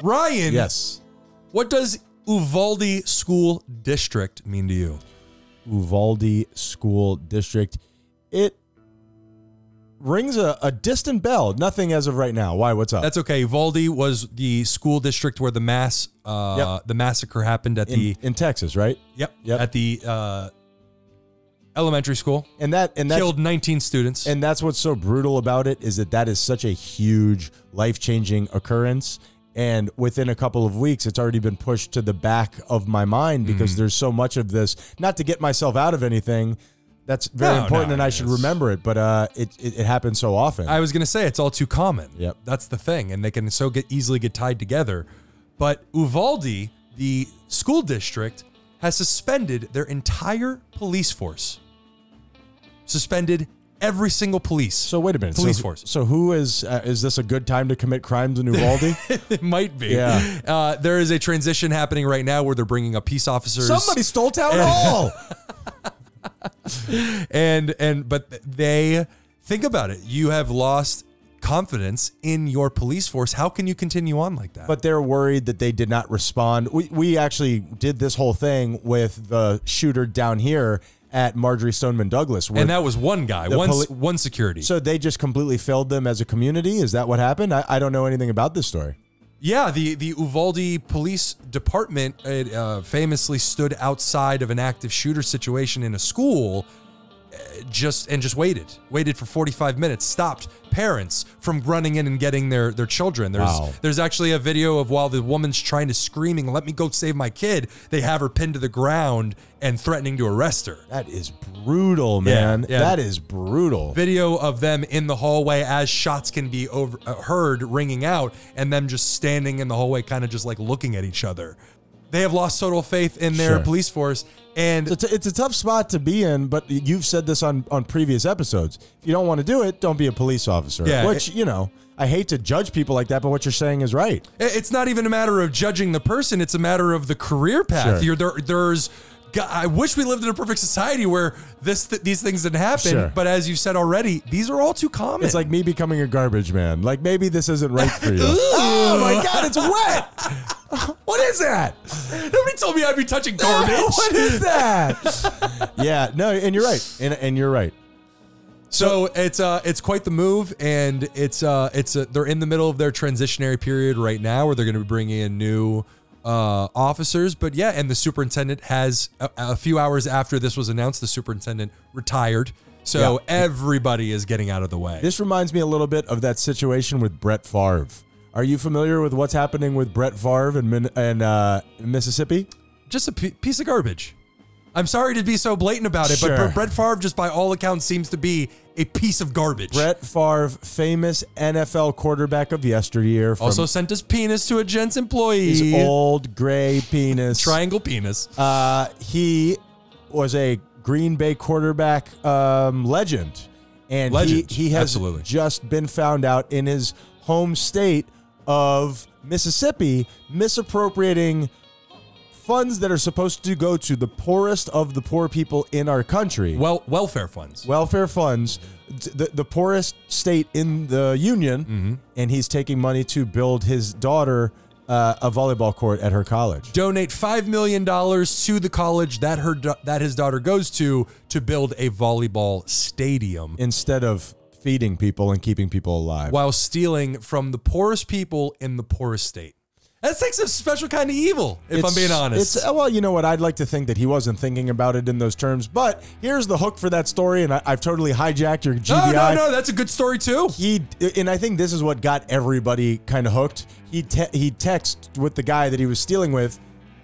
Ryan,
Yes.
What does Uvalde School District mean to you?
Uvalde School District. It rings a, a distant bell. Nothing as of right now. Why? What's up?
That's okay. Uvalde was the school district where the mass uh, the massacre happened at
in,
the
in Texas, right?
yep,
yep.
at the uh, elementary school.
And that and that's
Killed 19 students.
And that's what's so brutal about it is that that is such a huge, life changing occurrence. And within a couple of weeks, it's already been pushed to the back of my mind
Mm.
because there's so much of this. Not to get myself out of anything, that's very
No,
important,
no,
and I should
it's-
remember it. But uh, it, it it happens so often.
I was going to say it's all too common.
Yep.
That's the thing and they can so get easily get tied together. But Uvalde, the school district has suspended their entire police force. Suspended every single police.
so wait a minute,
Police
so,
force.
So who is uh, is this a good time to commit crimes in Uvalde?
<laughs> It might be.
Yeah.
Uh, there is a transition happening right now where they're bringing up peace
<laughs>
officers.
Somebody stole <laughs> town hall.
and and but they think about it. You have lost confidence in your police force. How can you continue on like that?
but they're worried that they did not respond. We, we actually did this whole thing with the shooter down here at Marjorie Stoneman Douglas. where-
and that was one guy, one
poli-
one security.
so they just completely failed them as a community. Is that what happened? I, I don't know anything about this story.
Yeah, the the Uvalde Police Department it, uh, famously stood outside of an active shooter situation in a school, uh, just and just waited, waited for 45 minutes, stopped parents from running in and getting their their children. There's
Wow.
there's actually a video of while the woman's trying to screaming, "Let me go save my kid," they have her pinned to the ground and threatening to arrest her.
That is brutal,
Yeah,
man.
yeah.
That is brutal.
Video of them in the hallway as shots can be over, uh, heard ringing out, and them just standing in the hallway, kind of just like looking at each other. They have lost total faith in their
Sure.
police force, and
It's a, it's a tough spot to be in, but you've said this on, on previous episodes. If you don't want to do it, don't be a police officer.
Yeah,
Which, you know, I hate to judge people like that, but what you're saying is right.
i- it's not even a matter of judging the person; it's a matter of the career path.
Sure.
You're, there, there's, go- I wish we lived in a perfect society where this th- these things didn't happen.
Sure.
But as you said already, these are all too common.
It's like me becoming a garbage man. Like maybe this isn't right for you.
<laughs>
oh my god, it's wet. what is that?
nobody told me I'd be touching garbage.
Ah, what is that? <laughs> yeah, no, and you're right. And, and you're right.
So it's uh it's quite the move, and it's uh it's uh, they're in the middle of their transitionary period right now, where they're going to be bringing in new uh, officers. But yeah, and the superintendent has a, a few hours after this was announced, the superintendent retired. So everybody is getting out of the way.
This reminds me a little bit of that situation with Brett Favre. Are you familiar with what's happening with Brett Favre in, Min- and, uh, Mississippi?
just a p- piece of garbage. I'm sorry to be so blatant about it,
Sure.
but Br- Brett Favre, just by all accounts, seems to be a piece of garbage.
Brett Favre, famous NFL quarterback of yesteryear, from
also sent his penis to a gents
his
employee.
old gray penis.
triangle penis.
Uh, he was a Green Bay quarterback um, legend, and
Legend,
he he has
absolutely.
just been found out in his home state of Mississippi misappropriating funds that are supposed to go to the poorest of the poor people in our country.
well, welfare funds.
Welfare funds, t- the, the poorest state in the union,
Mm-hmm.
and he's taking money to build his daughter uh, a volleyball court at her college.
Donate five million dollars to the college that her da- that his daughter goes to to build a volleyball stadium,
instead of feeding people and keeping people alive.
while stealing from the poorest people in the poorest state. That takes a special kind of evil, if I'm
It's-
being honest.
It's, uh, well, you know what? I'd like to think that he wasn't thinking about it in those terms, but here's the hook for that story, and I, I've totally hijacked your
no,
GBI.
no, no. That's a good story too.
He and I think this is what got everybody kind of hooked. He te- he texted with the guy that he was stealing with,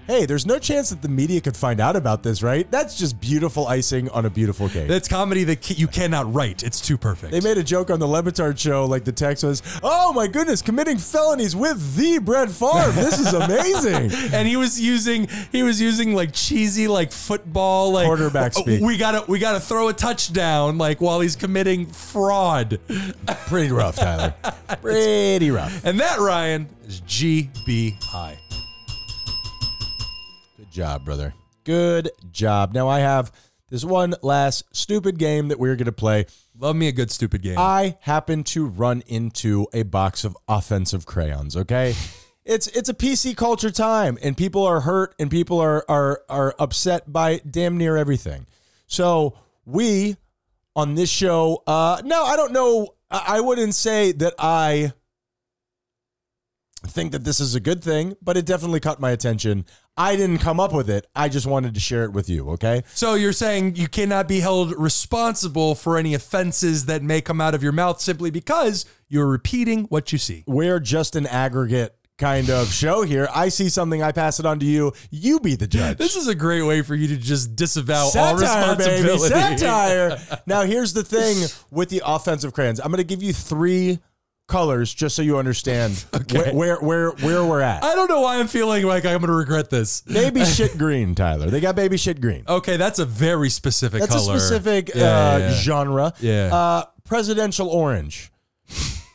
"Hey, there's no chance that the media could find out about this, right? That's just beautiful icing on a beautiful cake."
That's comedy that ca- you cannot write. It's too perfect.
They made a joke on the Levitard show, like the text was, "Oh my goodness, committing felonies with the Brett Favre. This
<laughs>
is amazing."
and he was using he was using like cheesy like football like
Quarterback
"Oh,
speak."
We gotta we gotta throw a touchdown like while he's committing fraud.
Pretty rough, Tyler. Pretty rough.
And that Ryan is GBI.
Good job, brother. Good job. Now I have this one last stupid game that we're going to play.
Love me a good stupid game.
I happen to run into a box of offensive crayons, okay? It's it's a PC culture time and people are hurt and people are are are upset by damn near everything. So, we on this show uh no, I don't know I I wouldn't say that I think that this is a good thing, but it definitely caught my attention. I didn't come up with it. I just wanted to share it with you, okay?
so you're saying you cannot be held responsible for any offenses that may come out of your mouth simply because you're repeating what you see.
we're just an aggregate kind of show here. I see something, I pass it on to you. You be the judge.
This is a great way for you to just disavow all
satire, baby.
responsibility.
Satire. now, here's the thing with the offensive crayons. I'm going to give you three colors just so you understand
<laughs> Okay.
where, where where where we're at.
<laughs> I don't know why I'm feeling like I'm going to regret this. <laughs>
Baby shit green, Tyler. They got baby shit green.
Okay, that's a very specific
That's
Oh, color.
a specific
Yeah,
uh,
yeah, yeah.
genre.
Yeah.
Uh, presidential orange.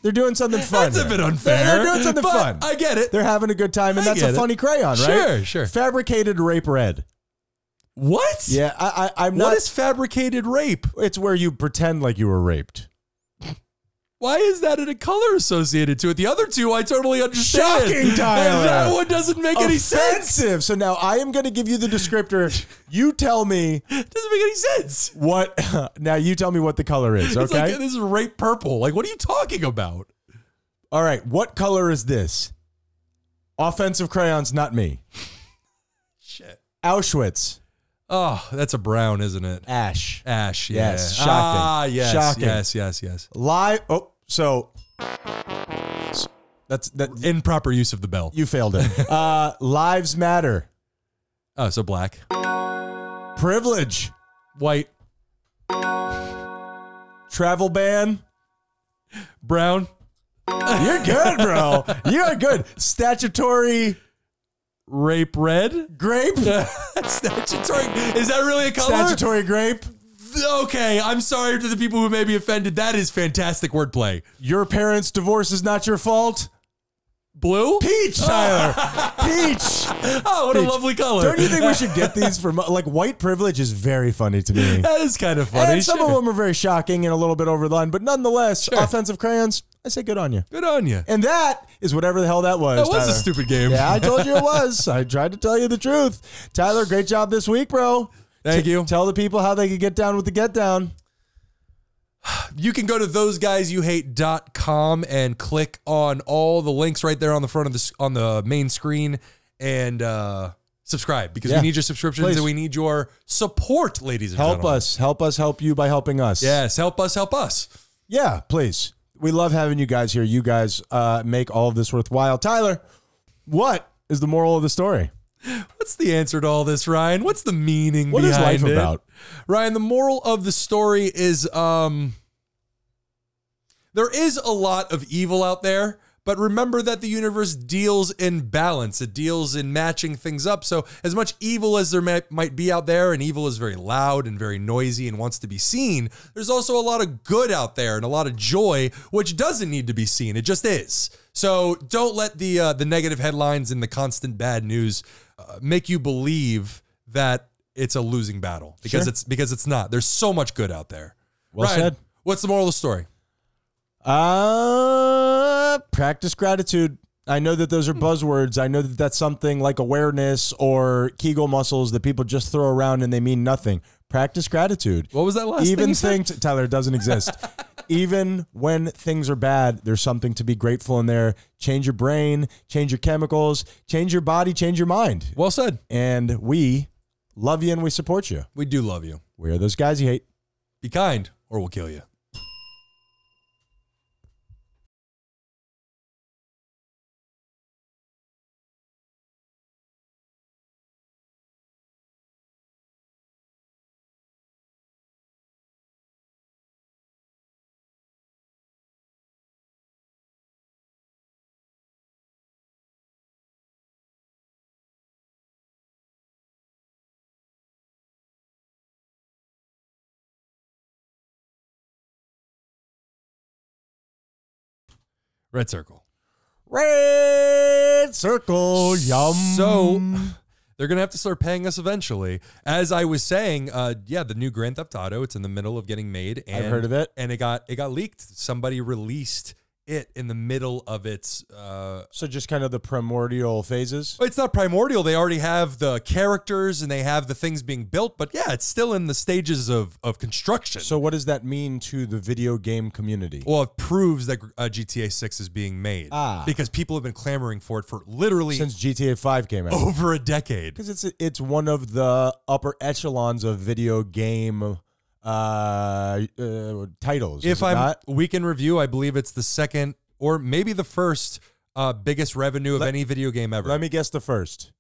They're doing something fun.
<laughs> That's a
here.
bit unfair.
They're doing something
but
fun.
I get it.
They're having a good time, and
I
that's a
get it.
funny crayon, right?
Sure, sure.
Fabricated rape red.
What?
Yeah, I, I, I'm not.
What is fabricated rape?
it's where you pretend like you were raped.
Why is that in a color associated to it? The other two I totally understand.
Shocking, Tyler.
<laughs> That one doesn't make any sense.
Offensive. So now I am going to give you the descriptor. You tell me
doesn't make any sense.
what. <laughs> Now you tell me what the color is.
It's
Okay.
like this is rape purple. Like, what are you talking about?
All right. What color is this? Offensive crayons, not me.
Shit.
Auschwitz.
Oh, that's a brown, isn't it?
Ash.
Ash. Yeah.
Yes, shocking.
Ah, yes.
Shocking.
Yes. Yes. Yes.
Live. Oh, so that's that.
Improper use of the bell.
You failed
<laughs>
it. Uh, lives matter.
oh, so black,
Privilege.
white,
Travel ban.
brown,
You're good, bro. you are good. Statutory
rape red. <laughs>
grape.
statutory is that really a color
Statutory grape.
okay i'm sorry to the people who may be offended that is fantastic wordplay
Your parents' divorce is not your fault.
blue
Peach, Tyler. Peach.
oh what a
Peach.
lovely color
Don't you think we should get these from like white privilege is very funny to me.
<laughs> that is kind of <laughs> funny
And some of
Sure.
them are very shocking and a little bit over the line, but nonetheless, offensive crayons. I say good on you.
good on you
And that is whatever the hell that was.
that was
Tyler.
a stupid game
Yeah, I told you it was. I tried to tell you the truth. Tyler, great job this week, bro.
Thank
T-
you.
Tell the people how they could get down with the get down.
<laughs> You can go to thoseguysyouhate.com and click on all the links right there on the front of the s- on the main screen and uh, subscribe because
Yeah.
we need your subscriptions
Please.
and we need your support, ladies and
Help
gentlemen.
us. Help us help you by helping us.
Yes, help us, help us.
Yeah, please. We love having you guys here. You guys uh, make all of this worthwhile. Tyler, what is the moral of the story?
What's the answer to all this, Ryan? What's the meaning
What is
behind
life
it?
about?
Ryan, the moral of the story is um there is a lot of evil out there, but remember that the universe deals in balance. It deals in matching things up. So, as much evil as there might, might be out there, and evil is very loud and very noisy and wants to be seen, there's also a lot of good out there and a lot of joy, which doesn't need to be seen. It just is. So, don't let the uh, the negative headlines and the constant bad news uh, make you believe that it's a losing battle because
Sure.
it's because it's not. There's so much good out there.
Well said.
What's the moral of the story?
Uh, practice gratitude. I know that those are
Hmm.
buzzwords. I know that that's something like awareness or Kegel muscles that people just throw around and they mean nothing. Practice gratitude.
What was that last thing
Even
you said?
things, Tyler, it doesn't
<laughs>
exist. Even when things are bad, there's something to be grateful in there. Change your brain, change your chemicals, change your body, change your mind.
Well said.
And we love you and we support you.
We do love you.
We are those guys you hate.
Be kind, or we'll kill you. Red circle.
Red circle, yum.
So they're gonna have to start paying us eventually. As I was saying, uh, yeah, the new Grand Theft Auto. It's in the middle of getting made. And,
I've heard of it.
And it got it got leaked. Somebody released it in the middle of its uh,
So just kind of the primordial phases.
It's not primordial. They already have the characters and they have the things being built, but yeah, it's still in the stages of of construction.
So what does that mean to the video game community?
well, it proves that uh, GTA Six is being made
Ah.
because people have been clamoring for it for literally
Since GTA 5 came out.
over a decade.
Because it's it's one of the upper echelons of video game uh, uh titles. is
If
it
I'm
not?
week in review, I believe it's the second or maybe the first uh, biggest revenue of
Let-
any video game ever.
let me guess the first.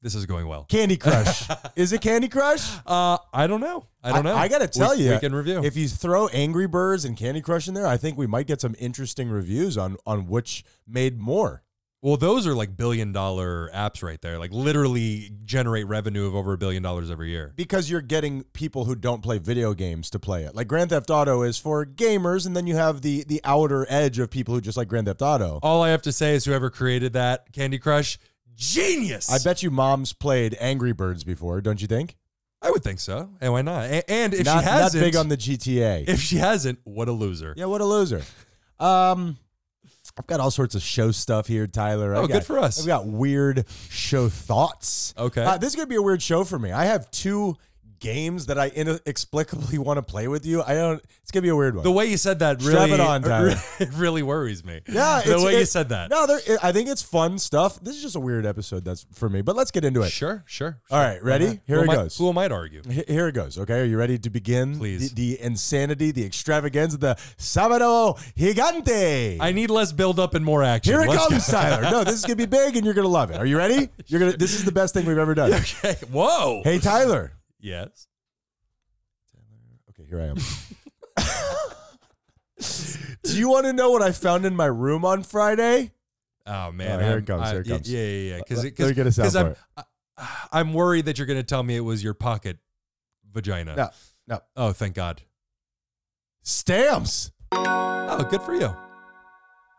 this is going well.
Candy
<laughs>
Crush. is it Candy Crush?
Uh, I don't know. I don't know.
I, gotta tell
Week-
you,
week in review.
If you throw Angry Birds and Candy Crush in there, I think we might get some interesting reviews on on which made more.
Well, those are like billion dollar apps right there. Like literally generate revenue of over a billion dollars every year.
because you're getting people who don't play video games to play it. Like Grand Theft Auto is for gamers, and then you have the the outer edge of people who just like Grand Theft Auto.
All I have to say is whoever created that Candy Crush, genius.
I bet you moms played Angry Birds before, don't you think?
I would think so. And why not? A- And if
not
she
not
hasn't,
big on the GTA.
<laughs> if she hasn't, what a loser.
yeah, what a loser. Um, I've got all sorts of show stuff here, Tyler.
Oh,
I've
good
got-
for us.
I've got weird show thoughts.
Okay.
Uh, this is gonna be a weird show for me. I have two games that I inexplicably <laughs> want to play with you. I don't. It's gonna be a weird one.
The way you said that
Strap
really,
it on, Tyler.
<laughs> it really worries me.
Yeah,
the
it's-
way you
it-
said that.
No, there, I think it's fun stuff. This is just a weird episode that's for me, but let's get into it.
Sure, sure. Uh-huh.
All right, ready? Here
who
it
might,
goes.
Who might argue?
H- Here it goes. Okay, are you ready to begin?
Please.
The, the insanity, the extravaganza, the sábado gigante.
I need less build up and more action.
Here it
Let's
comes, Tyler. No, this is gonna be big, and you're gonna love it. Are you ready? You're gonna. This is the best thing we've ever done.
go. <laughs> Okay. Whoa.
Hey, Tyler.
Yes.
Okay, here I am. Do you want to know what I found in my room on Friday?
Oh man,
here it
I'm-
comes,
I-
here it
yeah,
comes.
Yeah, yeah, yeah. Because
Let- let me get us out
I'm, I- I'm worried that you're going to tell me it was your pocket vagina.
No, no.
Oh, thank God.
Stamps.
Oh, good for you.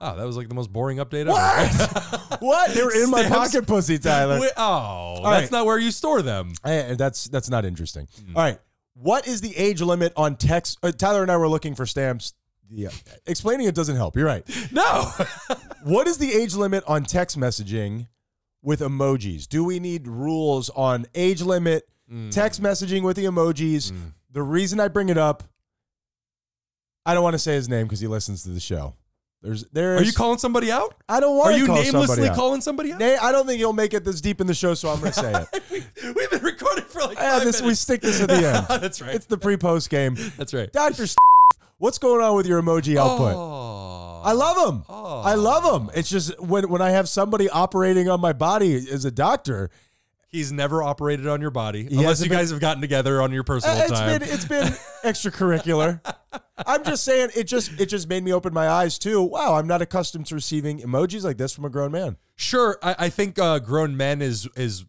Oh, that was like the most boring update ever. <laughs>
What? What? They were in my
Stamps.
pocket, pussy, Tyler.
Wait, oh,
right.
that's not where you store them.
Eh, that's that's not interesting.
Hmm.
All right. What is the age limit on text? Uh, Tyler and I were looking for stamps. Yeah. Explaining it doesn't help. You're right.
No. <laughs>
What is the age limit on text messaging with emojis? Do we need rules on age limit,
Mm.
text messaging with the emojis? The reason I bring it up, I don't want to say his name because he listens to the show. There's there's
Are you calling somebody out?
I don't want
Are
to
you
call
namelessly
somebody out.
calling somebody out?
Nay, I don't think you'll make it this deep in the show, so I'm going to say
<laughs>
it.
We've been recording for like
Yeah,
five
this, we
minutes. Oh,
stick this at
<laughs>
the end.
That's right.
It's the pre-post
<laughs>
game.
That's
<laughs>
right.
Doctor, what's going on with your emoji output?
Oh.
I love them. I love them. It's just when when I have somebody operating on my body as a doctor,
He's never operated on your body unless
hasn't
you
been-
guys have gotten together on your personal
Uh, It's
time.
been it's been extracurricular. I'm just saying it just it just made me open my eyes too. Wow, I'm not accustomed to receiving emojis like this from a grown man.
Sure, I, I think uh, grown men is is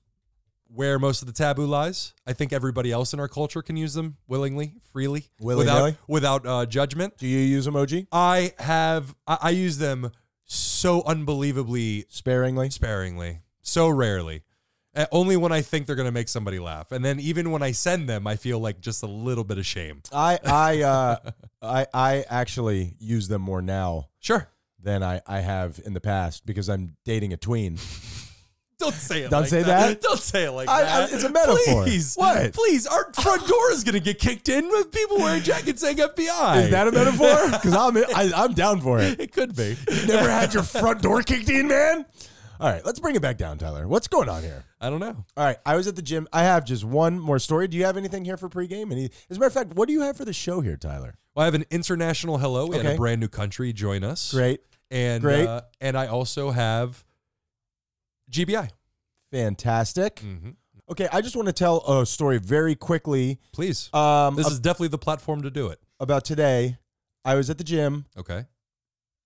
where most of the taboo lies. I think everybody else in our culture can use them willingly, freely,
Willy-nilly?
without without uh, judgment.
Do you use emoji
I have I, I use them so unbelievably
sparingly?
sparingly, so rarely. Uh, only when I think they're going to make somebody laugh, and then even when I send them, I feel like just a little bit of shame.
I I uh I I actually use them more now
Sure,
than I I have in the past because I'm dating a tween.
don't say it.
Don't
like
say that?
Don't say it like
I- I-
that.
it's a metaphor.
Please,
What?
Please, our front door is going to get kicked in with people wearing jackets saying FBI.
Is that a metaphor? <laughs> Because I'm I, I'm down for it.
It could be.
Never had your front door kicked in, man. All right, let's bring it back down, Tyler. What's going on here?
I don't know.
All right, I was at the gym. I have just one more story. Do you have anything here for pregame? Any, as a matter of fact, what do you have for the show here, Tyler?
Well, I have an international hello. We had
Okay.
a brand new country join us.
Great,
And
Great.
Uh, and I also have GBI.
fantastic.
Mm-hmm.
Okay, I just want to tell a story very quickly.
Please.
Um,
this
ab-
is definitely the platform to do it.
about today. I was at the gym.
Okay.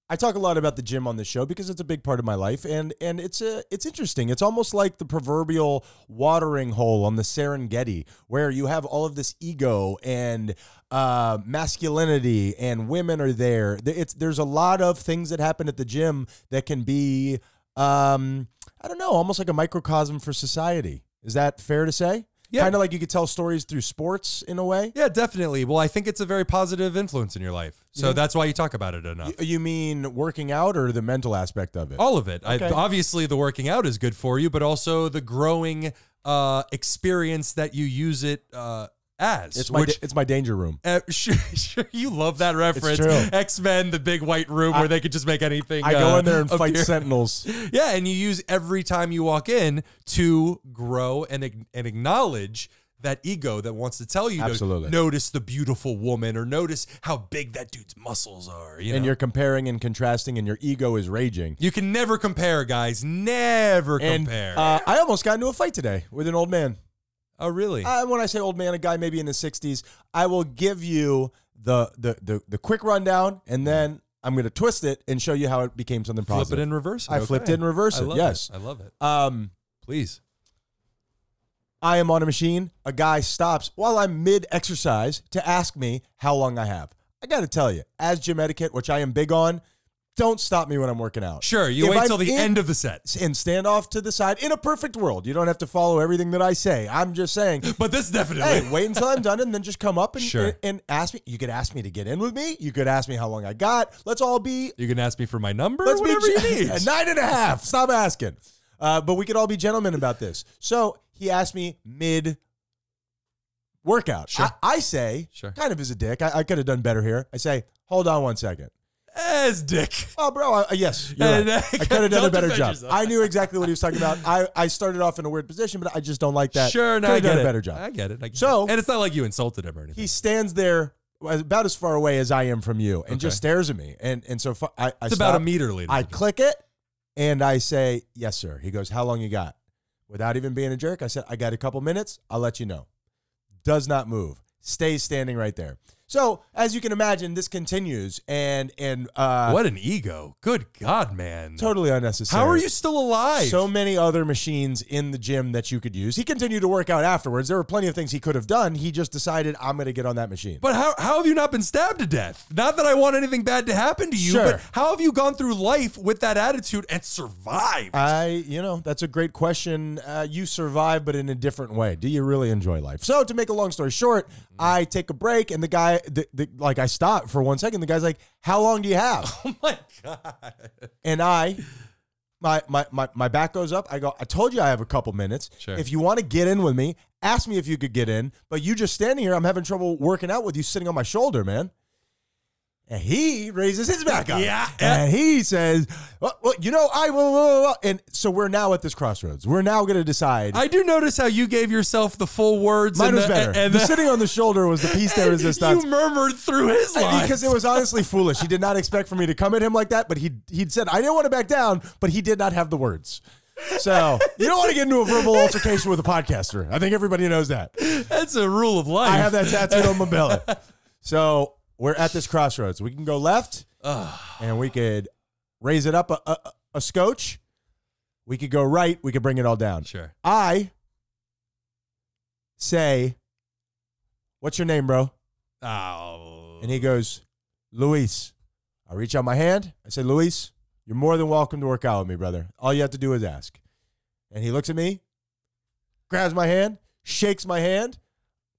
I talk a lot about the gym on this show because it's a big part of my life, and and it's a it's interesting. It's almost like the proverbial watering hole on the Serengeti, where you have all of this ego and uh, masculinity, and women are there. Th- It's there's a lot of things that happen at the gym that can be, um, I don't know, almost like a microcosm for society. Is that fair to say?
Yeah.
Kind of like you could tell stories through sports in a way.
Yeah, definitely. Well, I think it's a very positive influence in your life. So that's why you talk about it enough.
Y- You mean working out or the mental aspect of it?
All of it. I,
Okay.
obviously, the working out is good for you, but also the growing uh, experience that you use it uh, as.
it's my da- it's my danger room.
<laughs> Uh, sure, sure, you love that reference.
true.
X Men, the big white room where
I-
they could just make anything.
I go
uh,
in there
<laughs>
and fight
appear.
sentinels.
Yeah, and you use every time you walk in to grow and ag- and acknowledge that ego that wants to tell you
Absolutely.
to notice the beautiful woman or notice how big that dude's muscles are. You
And
know?
you're comparing and contrasting, and your ego is raging.
you can never compare, guys. Never
And
compare.
uh, I almost got into a fight today with an old man.
oh, really?
I, when I say old man, a guy maybe in his 60s. I will give you the the the, the quick rundown, and then I'm going to twist it and show you how it became something
Flip
positive.
it and reverse it.
I flipped
Okay.
it and reversed
I
it,
love
yes.
I love it.
Um,
Please.
I am on a machine. A guy stops while I'm mid exercise to ask me how long I have. I got to tell you, as gym etiquette, which I am big on, don't stop me when I'm working out.
Sure, you
If
wait
I'm
till the
in-
end of the set.
and stand off to the side in a perfect world. You don't have to follow everything that I say. I'm just
<laughs>
saying,
But this definitely.
hey, wait until I'm done and then just come up and,
Sure.
and, ask me. You could ask me to get in with me. You could ask me how long I got. Let's all be.
You can ask me for my number.
Let's
whatever
be
you need.
nine and a half. Stop asking. Uh, but we could all be gentlemen about this. So he asked me mid workout.
Sure.
I, I say,
Sure.
kind of as a dick, I, I could have done better here. I say, hold on one second.
As dick.
Oh, bro, I, yes, you're right.
And, uh,
I
<laughs>
could have done a
don't
better
defend
job.
yourself.
I knew exactly what he was talking about. I, I started off in a weird position, but I just don't like that.
sure, no,
could
I
have
get
done
it.
a better job.
I get it. I get
So-
it. and it's not like you insulted him or anything.
he stands there about as far away as I am from you, and just stares at me. And and so fu- I, I
it's about a
stop.
meter later.
I click it, and I say yes, sir. He goes, how long you got? Without even being a jerk, I said I got a couple minutes. I'll let you know. Does not move. Stays standing right there. So as you can imagine, this continues, and and uh,
what an ego. Good God, man.
totally unnecessary.
How are you still alive?
So many other machines in the gym that you could use. He continued to work out afterwards. There were plenty of things he could have done. He just decided, I'm going to get on that machine.
but how, how have you not been stabbed to death? Not that I want anything bad to happen to you,
Sure.
but how have you gone through life with that attitude and survived?
I, you know, that's a great question. Uh, you survive, but in a different way. Do you really enjoy life? So, to make a long story short,
Mm-hmm.
I take a break, and the guy, the, the, like, I stop for one second. The guy's like, "How long do you have?"
<laughs> oh my God.
and I, my, my my my back goes up. I go, I told you I have a couple minutes.
Sure.
If you want to get in with me, ask me if you could get in. But you just standing here, I'm having trouble working out with you sitting on my shoulder, man. And he raises his back up.
Yeah.
And he says, well, well, you know, I will. will- will." And so we're now at this crossroads. We're now going to decide.
I do notice how you gave yourself the full words.
Mine
and
was
the,
better.
And, and
the,
<laughs> the-
sitting on the shoulder was the piece de resistance.
<laughs> You murmured through his lines.
Because it was honestly foolish. He did not expect for me to come at him like that, but he he'd said I didn't want to back down, but he did not have the words. So you don't want to get into a verbal altercation with a podcaster. I think everybody knows that.
That's a rule of life.
I have that tattooed on my belly. So we're at this crossroads. We can go left, and we could raise it up a, a, a scotch. We could go right. We could bring it all down.
Sure.
I say, "What's your name, bro?"
Oh.
And he goes, Luis. I reach out my hand. I say, Luis, you're more than welcome to work out with me, brother. All you have to do is ask. And he looks at me, grabs my hand, shakes my hand.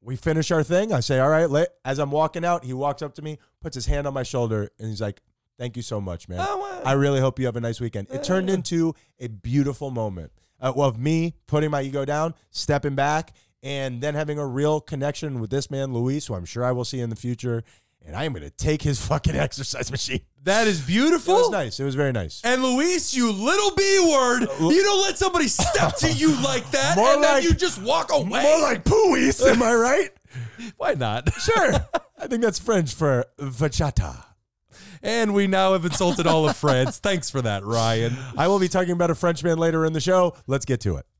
We finish our thing. I say, All right. la-" As I'm walking out, he walks up to me, puts his hand on my shoulder, and he's like, Thank you so much, man.
Oh, wow.
I really hope you have a nice weekend. It turned into a beautiful moment uh, of me putting my ego down, stepping back, and then having a real connection with this man, Luis, who I'm sure I will see in the future. And I am going to take his <laughs> fucking exercise machine.
that is
It
beautiful.
was nice. It was very nice.
And Luis, you little B word, you don't let somebody step to
<laughs>
you like that,
More
and
like-
then you just walk away.
More like
<laughs>
pooies, am I right?
Why not?
Sure. <laughs> I think that's French for vachata.
And we now have insulted all of France. Thanks for that, Ryan.
I will be talking about a Frenchman later in the show. Let's get to it.